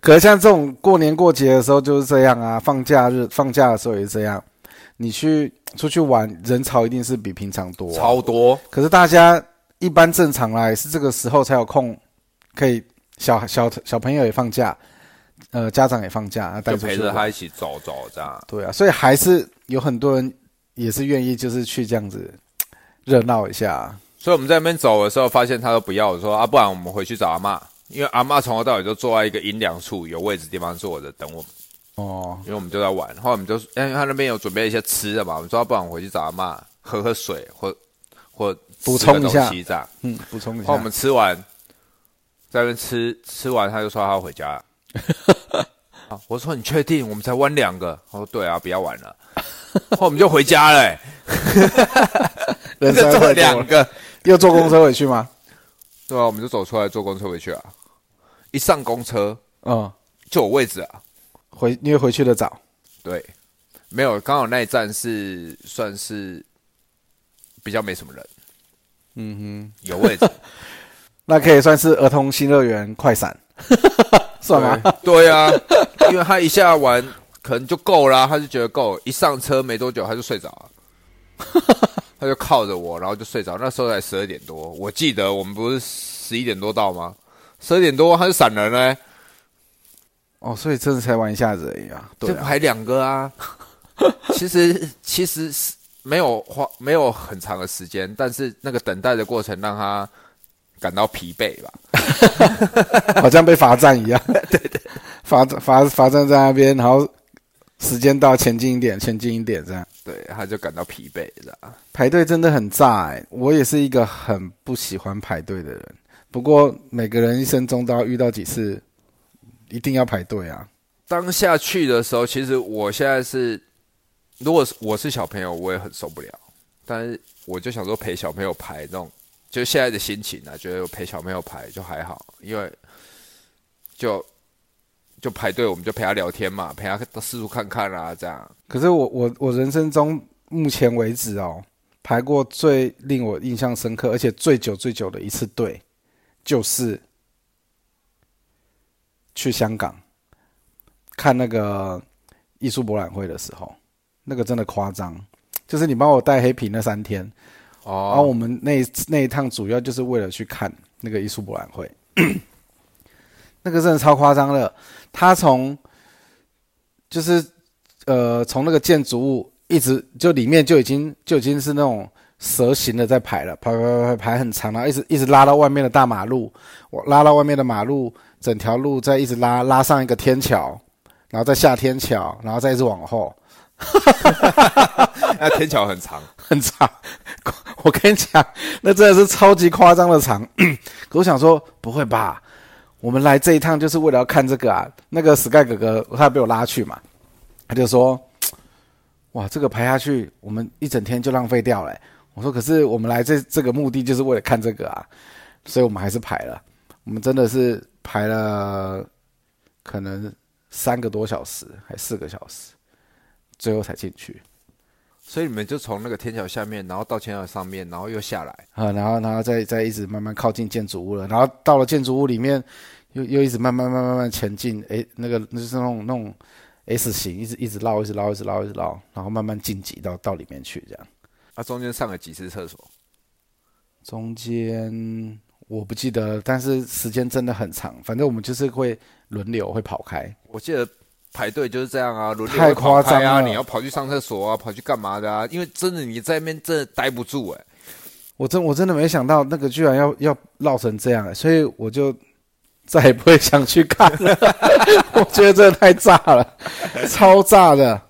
Speaker 2: 可是像这种过年过节的时候就是这样啊，放假日放假的时候也是这样。你去出去玩，人潮一定是比平常多、啊，
Speaker 1: 超多，
Speaker 2: 可是大家一般正常啦，也是这个时候才有空，可以小小小朋友也放假，呃，家长也放假，啊带
Speaker 1: 就
Speaker 2: 出
Speaker 1: 陪
Speaker 2: 去
Speaker 1: 着
Speaker 2: 玩。
Speaker 1: 他一起走走这样。
Speaker 2: 对啊，所以还是有很多人也是愿意就是去这样子热闹一下。啊
Speaker 1: 所以我们在那边走的时候，发现他都不要，我说啊，不然我们回去找阿嬷，因为阿嬷从头到尾就坐在一个阴凉处有位置地方坐着等我们，
Speaker 2: 哦，
Speaker 1: 因为我们就在玩。后来我们就因为他那边有准备一些吃的嘛，我们说、啊、不然我回去找阿嬷喝喝水或或
Speaker 2: 补充一下
Speaker 1: 吃个东西这样。
Speaker 2: 嗯，补充一
Speaker 1: 后
Speaker 2: 下，
Speaker 1: 哦来我们吃完，在那边吃吃完，他就说他要回家 了。啊我说你确定？我们才玩两个。他说对啊，不要玩了。后我们就回家了、 欸，
Speaker 2: 人
Speaker 1: 就
Speaker 2: 生
Speaker 1: 坐
Speaker 2: 太
Speaker 1: 了
Speaker 2: 多
Speaker 1: 两
Speaker 2: 了
Speaker 1: 个。
Speaker 2: 又坐公车回去吗？
Speaker 1: 对啊，我们就走出来坐公车回去啊。一上公车
Speaker 2: 嗯，
Speaker 1: 就有位置啊。
Speaker 2: 回因为回去的早，
Speaker 1: 对，没有，刚好那一站是算是比较没什么人，
Speaker 2: 嗯哼，
Speaker 1: 有 位置，
Speaker 2: 那可以算是儿童新乐园快闪，算吗？
Speaker 1: 对？对啊，因为他一下玩可能就够啦，他就觉得够，一上车没多久他就睡着 了。他就靠着我，然后就睡着。那时候才十二点多，我记得我们不是十一点多到吗？十二点多他就闪人嘞、欸
Speaker 2: 哦，所以真的才玩一下子而已啊。对
Speaker 1: 就
Speaker 2: 啊，
Speaker 1: 排两个 啊。其实其实是没有花没有很长的时间，但是那个等待的过程让他感到疲惫吧。
Speaker 2: 好像被罚站一样。 对对，罚罚罚站在那边，然后时间到前进一点，前进一点这样。
Speaker 1: 对，他就感到疲惫了。
Speaker 2: 排队真的很炸哎、我也是一个很不喜欢排队的人。不过每个人一生中都要遇到几次，一定要排队啊。
Speaker 1: 当下去的时候，其实我现在是，如果是我是小朋友，我也很受不了。但是我就想说陪小朋友排那种，就现在的心情啊，觉得陪小朋友排就还好，因为就就排队，我们就陪他聊天嘛，陪他四处看看啊，这样。
Speaker 2: 可是我我我人生中目前为止哦，排过最令我印象深刻，而且最久最久的一次队，就是去香港看那个艺术博览会的时候，那个真的夸张。就是你帮我带黑皮那三天，
Speaker 1: 哦
Speaker 2: 然后我们那一那一趟主要就是为了去看那个艺术博览会， 那个真的超夸张的。他从就是呃从那个建筑物一直就里面就已经就已经是那种蛇形的在排了，排排排排排很长，然后一直一直拉到外面的大马路，我拉到外面的马路，整条路再一直拉拉上一个天桥，然后再下天桥，然后再一直往后。
Speaker 1: 那天桥很长，
Speaker 2: 很长。 我跟你讲，那真的是超级夸张的长。 可我想说，不会吧？我们来这一趟就是为了要看这个啊。那个 Sky 哥哥他被我拉去嘛，他就说：“哇，这个排下去，我们一整天就浪费掉了欸、我说：“可是我们来这这个目的就是为了看这个啊，所以我们还是排了。我们真的是排了可能三个多小时，还四个小时，最后才进去。
Speaker 1: 所以你们就从那个天桥下面，然后到天桥上面，然后又下来。
Speaker 2: 啊，然后然后再再一直慢慢靠近建筑物了，然后到了建筑物里面，又又一直慢慢慢慢慢慢前进，诶，那个那就是那种那种 S 型，一直一直绕，一直绕，一直绕，一直绕，然后慢慢晋级到到里面去，这样。
Speaker 1: 啊，中间上了几次厕所？
Speaker 2: 中间我不记得了，但是时间真的很长，反正我们就是会轮流会跑开，
Speaker 1: 我记得排队就是这样啊，轮流
Speaker 2: 太
Speaker 1: 会跑
Speaker 2: 夸张
Speaker 1: 开啊！
Speaker 2: 了
Speaker 1: 你要跑去上厕所啊，跑去干嘛的啊？因为真的你在那边真的待不住哎、
Speaker 2: 我真我真的没想到那个居然要要绕成这样，所以我就再也不会想去看了。 我觉得真的太炸了，超炸的，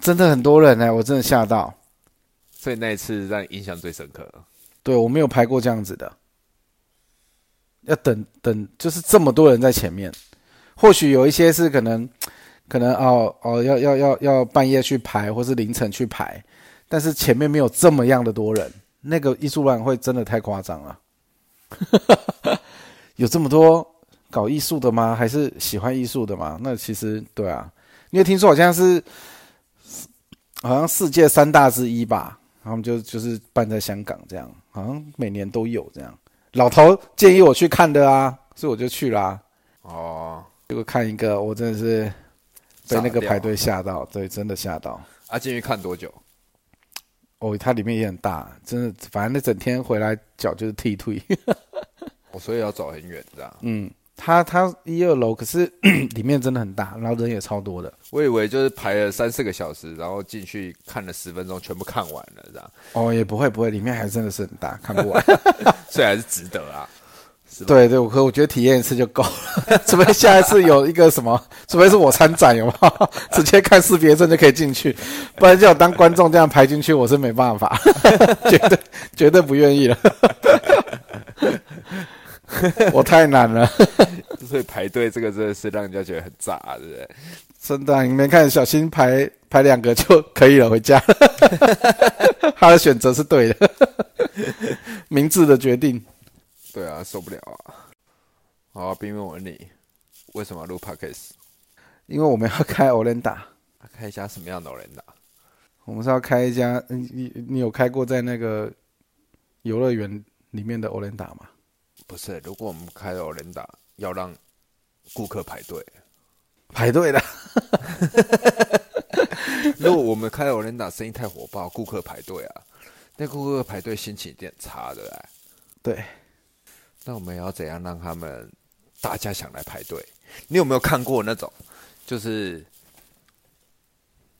Speaker 2: 真的很多人呢、我真的吓到。
Speaker 1: 所以那一次让你印象最深刻。
Speaker 2: 对我没有排过这样子的，要等等，就是这么多人在前面。或许有一些是可能，可能哦哦，要要要要半夜去排，或是凌晨去排，但是前面没有这么样的多人。那个艺术博览会真的太夸张了， 有这么多搞艺术的吗？还是喜欢艺术的吗？那其实对啊，因为听说好像是好像世界三大之一吧，然后我们就就是办在香港这样，好像每年都有这样。老头建议我去看的啊，所以我就去啦、
Speaker 1: 哦，
Speaker 2: 结果看一个，我真的是被那
Speaker 1: 炸
Speaker 2: 个
Speaker 1: 掉
Speaker 2: 排队吓到，对，真的吓到。
Speaker 1: 啊，进去看多久？
Speaker 2: 哦，它里面也很大，真的，反正那整天回来脚就是踢腿。
Speaker 1: 我、所以要走很远这样。
Speaker 2: 嗯，它它一二楼，可是 里面真的很大，然后人也超多的。
Speaker 1: 我以为就是排了三四个小时，然后进去看了十分钟，全部看完了这样，
Speaker 2: 哦，也不会不会，里面还真的是很大，看不完。
Speaker 1: 所以还是值得啊。
Speaker 2: 对对，我可我觉得体验一次就够了， 除非下一次有一个什么， 除非是我参展有没有？ 直接看识别证就可以进去，不然叫我当观众这样排进去，我是没办法， 绝对绝对不愿意了， 我太难了，
Speaker 1: 所以排队这个真的是让人家觉得很炸、啊，对不对？
Speaker 2: 真的啊、你们看小心排排两个就可以了，回家。 他的选择是对的， 明智的决定。
Speaker 1: 对啊，受不了啊！好啊，冰冰，我问你，为什么要录 podcast？啊
Speaker 2: 因为我们要开 Olenda，
Speaker 1: 开一家什么样的 o l 人 n
Speaker 2: 我们是要开一家，嗯你你有开过在那个游乐园里面的 Olenda 吗？
Speaker 1: 不是，如果我们开 o l 人 n 要让顾客排队，
Speaker 2: 排队的，
Speaker 1: 如果我们开 o l 人 n 生意太火爆，顾客排队啊，那顾客排队心情一定很差的哎。
Speaker 2: 对，
Speaker 1: 那我们要怎样让他们大家想来排队？你有没有看过那种，就是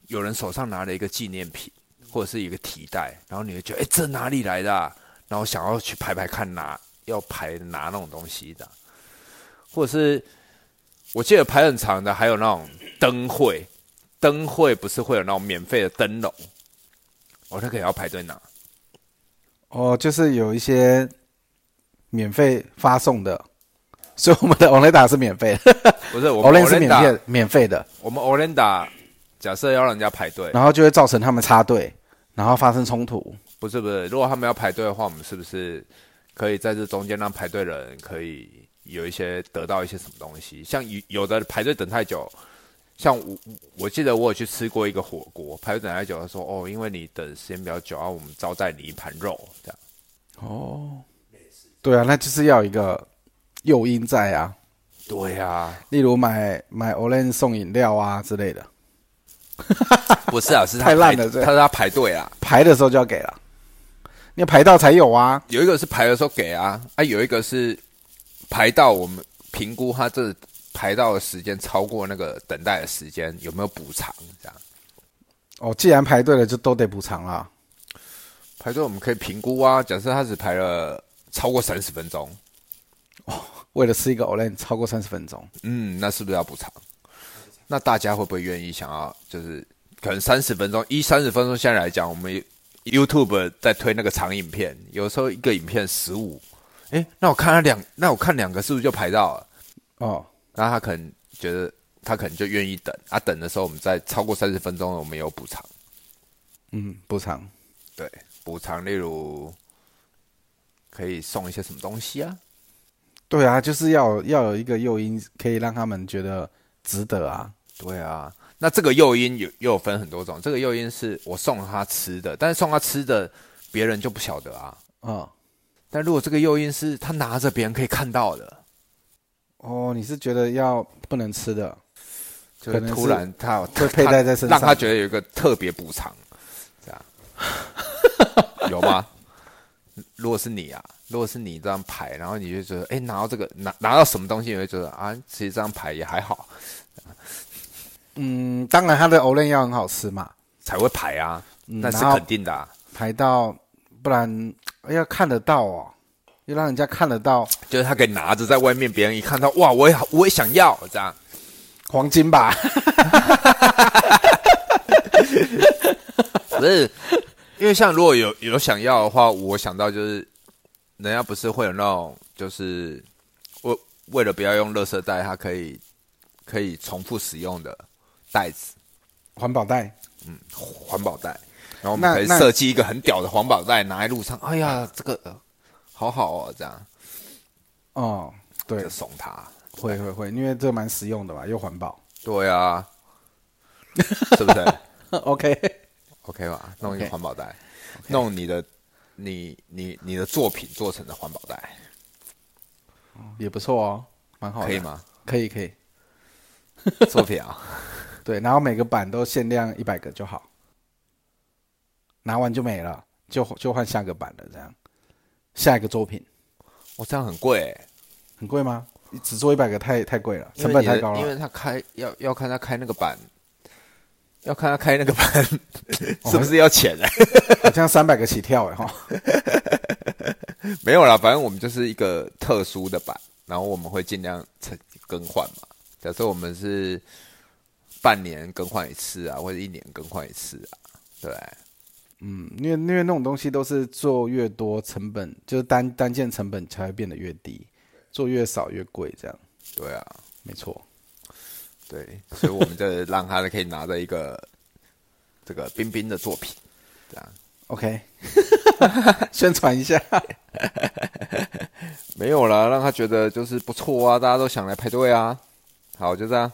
Speaker 1: 有人手上拿了一个纪念品或者是一个提袋，然后你会觉得，哎、这哪里来的、啊？然后想要去排排看拿，要排拿那种东西的，或者是我记得排很长的，还有那种灯会，灯会不是会有那种免费的灯笼，哦，那个也要排队拿。
Speaker 2: 哦，就是有一些免费发送的，所以我们的 Olenda 是免费的
Speaker 1: 不是我们
Speaker 2: ，Olenda 哦是免
Speaker 1: Orlando-
Speaker 2: 费免费的，
Speaker 1: 我们 Olenda 假设要让人家排队，
Speaker 2: 然后就会造成他们插队，然后发生冲突。
Speaker 1: 不是不是，如果他们要排队的话，我们是不是可以在这中间让排队人可以有一些得到一些什么东西？像有有的排队等太久，像我我我记得我有去吃过一个火锅，排队等太久，他说哦，因为你等时间比较久啊，我们招待你一盘肉这样。
Speaker 2: 哦，对啊，那就是要有一个诱因在啊，
Speaker 1: 对呀、
Speaker 2: 例如买买 Olen 送饮料啊之类的，
Speaker 1: 不是啊，是他
Speaker 2: 太烂
Speaker 1: 排
Speaker 2: 了这
Speaker 1: 他是他排队啊，
Speaker 2: 排的时候就要给了，你要排到才有啊。
Speaker 1: 有一个是排的时候给啊，啊有一个是排到我们评估他这排到的时间超过那个等待的时间有没有补偿这样。
Speaker 2: 哦，既然排队了，就都得补偿啦。
Speaker 1: 排队我们可以评估啊，假设他只排了超过三十分钟，
Speaker 2: 为了吃一个 Olen 超过三十分钟，
Speaker 1: 嗯，那是不是要补偿？那大家会不会愿意想要就是可能三十分钟，一三十分钟现在来讲，我们 YouTube 在推那个长影片，有时候一个影片十五，诶，那我看他两，那我看两个是不是就排到了？
Speaker 2: 哦，
Speaker 1: 那他可能觉得他可能就愿意等，啊，等的时候我们再超过三十分钟，我们有补偿，
Speaker 2: 嗯，补偿。
Speaker 1: 对，补偿例如可以送一些什么东西啊？
Speaker 2: 对啊，就是要要有一个诱因，可以让他们觉得值得啊。
Speaker 1: 对啊，那这个诱因有又有分很多种，这个诱因是我送他吃的，但是送他吃的别人就不晓得啊。
Speaker 2: 嗯，
Speaker 1: 但如果这个诱因是他拿着别人可以看到的，
Speaker 2: 哦，你是觉得要不能吃的，
Speaker 1: 就
Speaker 2: 可
Speaker 1: 是
Speaker 2: 能是
Speaker 1: 突然他
Speaker 2: 会佩戴在身上
Speaker 1: 让他觉得有一个特别补偿，这 样有吗？如果是你啊，如果是你这样排，然后你就觉得，哎、拿到这个拿拿到什么东西，你会觉得啊，其实这样排也还好，
Speaker 2: 嗯，当然它的 Olen 要很好吃嘛，
Speaker 1: 才会排啊，
Speaker 2: 嗯
Speaker 1: 那是
Speaker 2: 然后
Speaker 1: 肯定的、啊。
Speaker 2: 排到，不然哎要看得到哦，要让人家看得到
Speaker 1: 就是他可以拿着在外面，别人一看到，哇，我也好我也想要这样。
Speaker 2: 黄金吧。
Speaker 1: 不是，因为像如果有有想要的话，我想到就是，人家不是会有那种，就是为为了不要用垃圾袋，它可以可以重复使用的袋子，
Speaker 2: 环保袋，
Speaker 1: 环保袋。然后我们
Speaker 2: 那
Speaker 1: 可以
Speaker 2: 那
Speaker 1: 设计一个很屌的环保袋，拿在路上。哎呀，这个呃好好哦，这样
Speaker 2: 哦，对
Speaker 1: 就，送他。
Speaker 2: 会会会，因为这蛮实用的嘛，又环保。
Speaker 1: 对啊，是不是
Speaker 2: OK，
Speaker 1: ？OK 吧，弄一个
Speaker 2: OK
Speaker 1: 环保袋弄你的你你你的作品做成的环保袋，
Speaker 2: 也不错哦，蛮好的。
Speaker 1: 可以？吗？
Speaker 2: 可以可以。
Speaker 1: 作品啊。
Speaker 2: 对，然后每个版都限量一百个就好，拿完就没了，就就换下个版了，这样。下一个作品
Speaker 1: 哦我、这样很贵欸、
Speaker 2: 很贵吗？只做一百个太太贵了，
Speaker 1: 因
Speaker 2: 成
Speaker 1: 为
Speaker 2: 本
Speaker 1: 你
Speaker 2: 太
Speaker 1: 的
Speaker 2: 高
Speaker 1: 因
Speaker 2: 了。
Speaker 1: 为他开要要看他开那个板，要看他开那个板
Speaker 2: 哦
Speaker 1: 是不是要钱啊呢、
Speaker 2: 好像三百个起跳哎哈，
Speaker 1: 没有啦，反正我们就是一个特殊的版，然后我们会尽量成更换嘛。假设我们是半年更换一次啊，或者一年更换一次啊，对，
Speaker 2: 嗯，因为因为那种东西都是做越多，成本就是单单件成本才会变得越低，做越少越贵，这样
Speaker 1: 对啊，
Speaker 2: 没错。
Speaker 1: 对，所以我们就让他可以拿着一个 这个冰冰的作品，这样
Speaker 2: OK，宣传一下，
Speaker 1: 没有啦，让他觉得就是不错啊，大家都想来排队啊。好，就这样，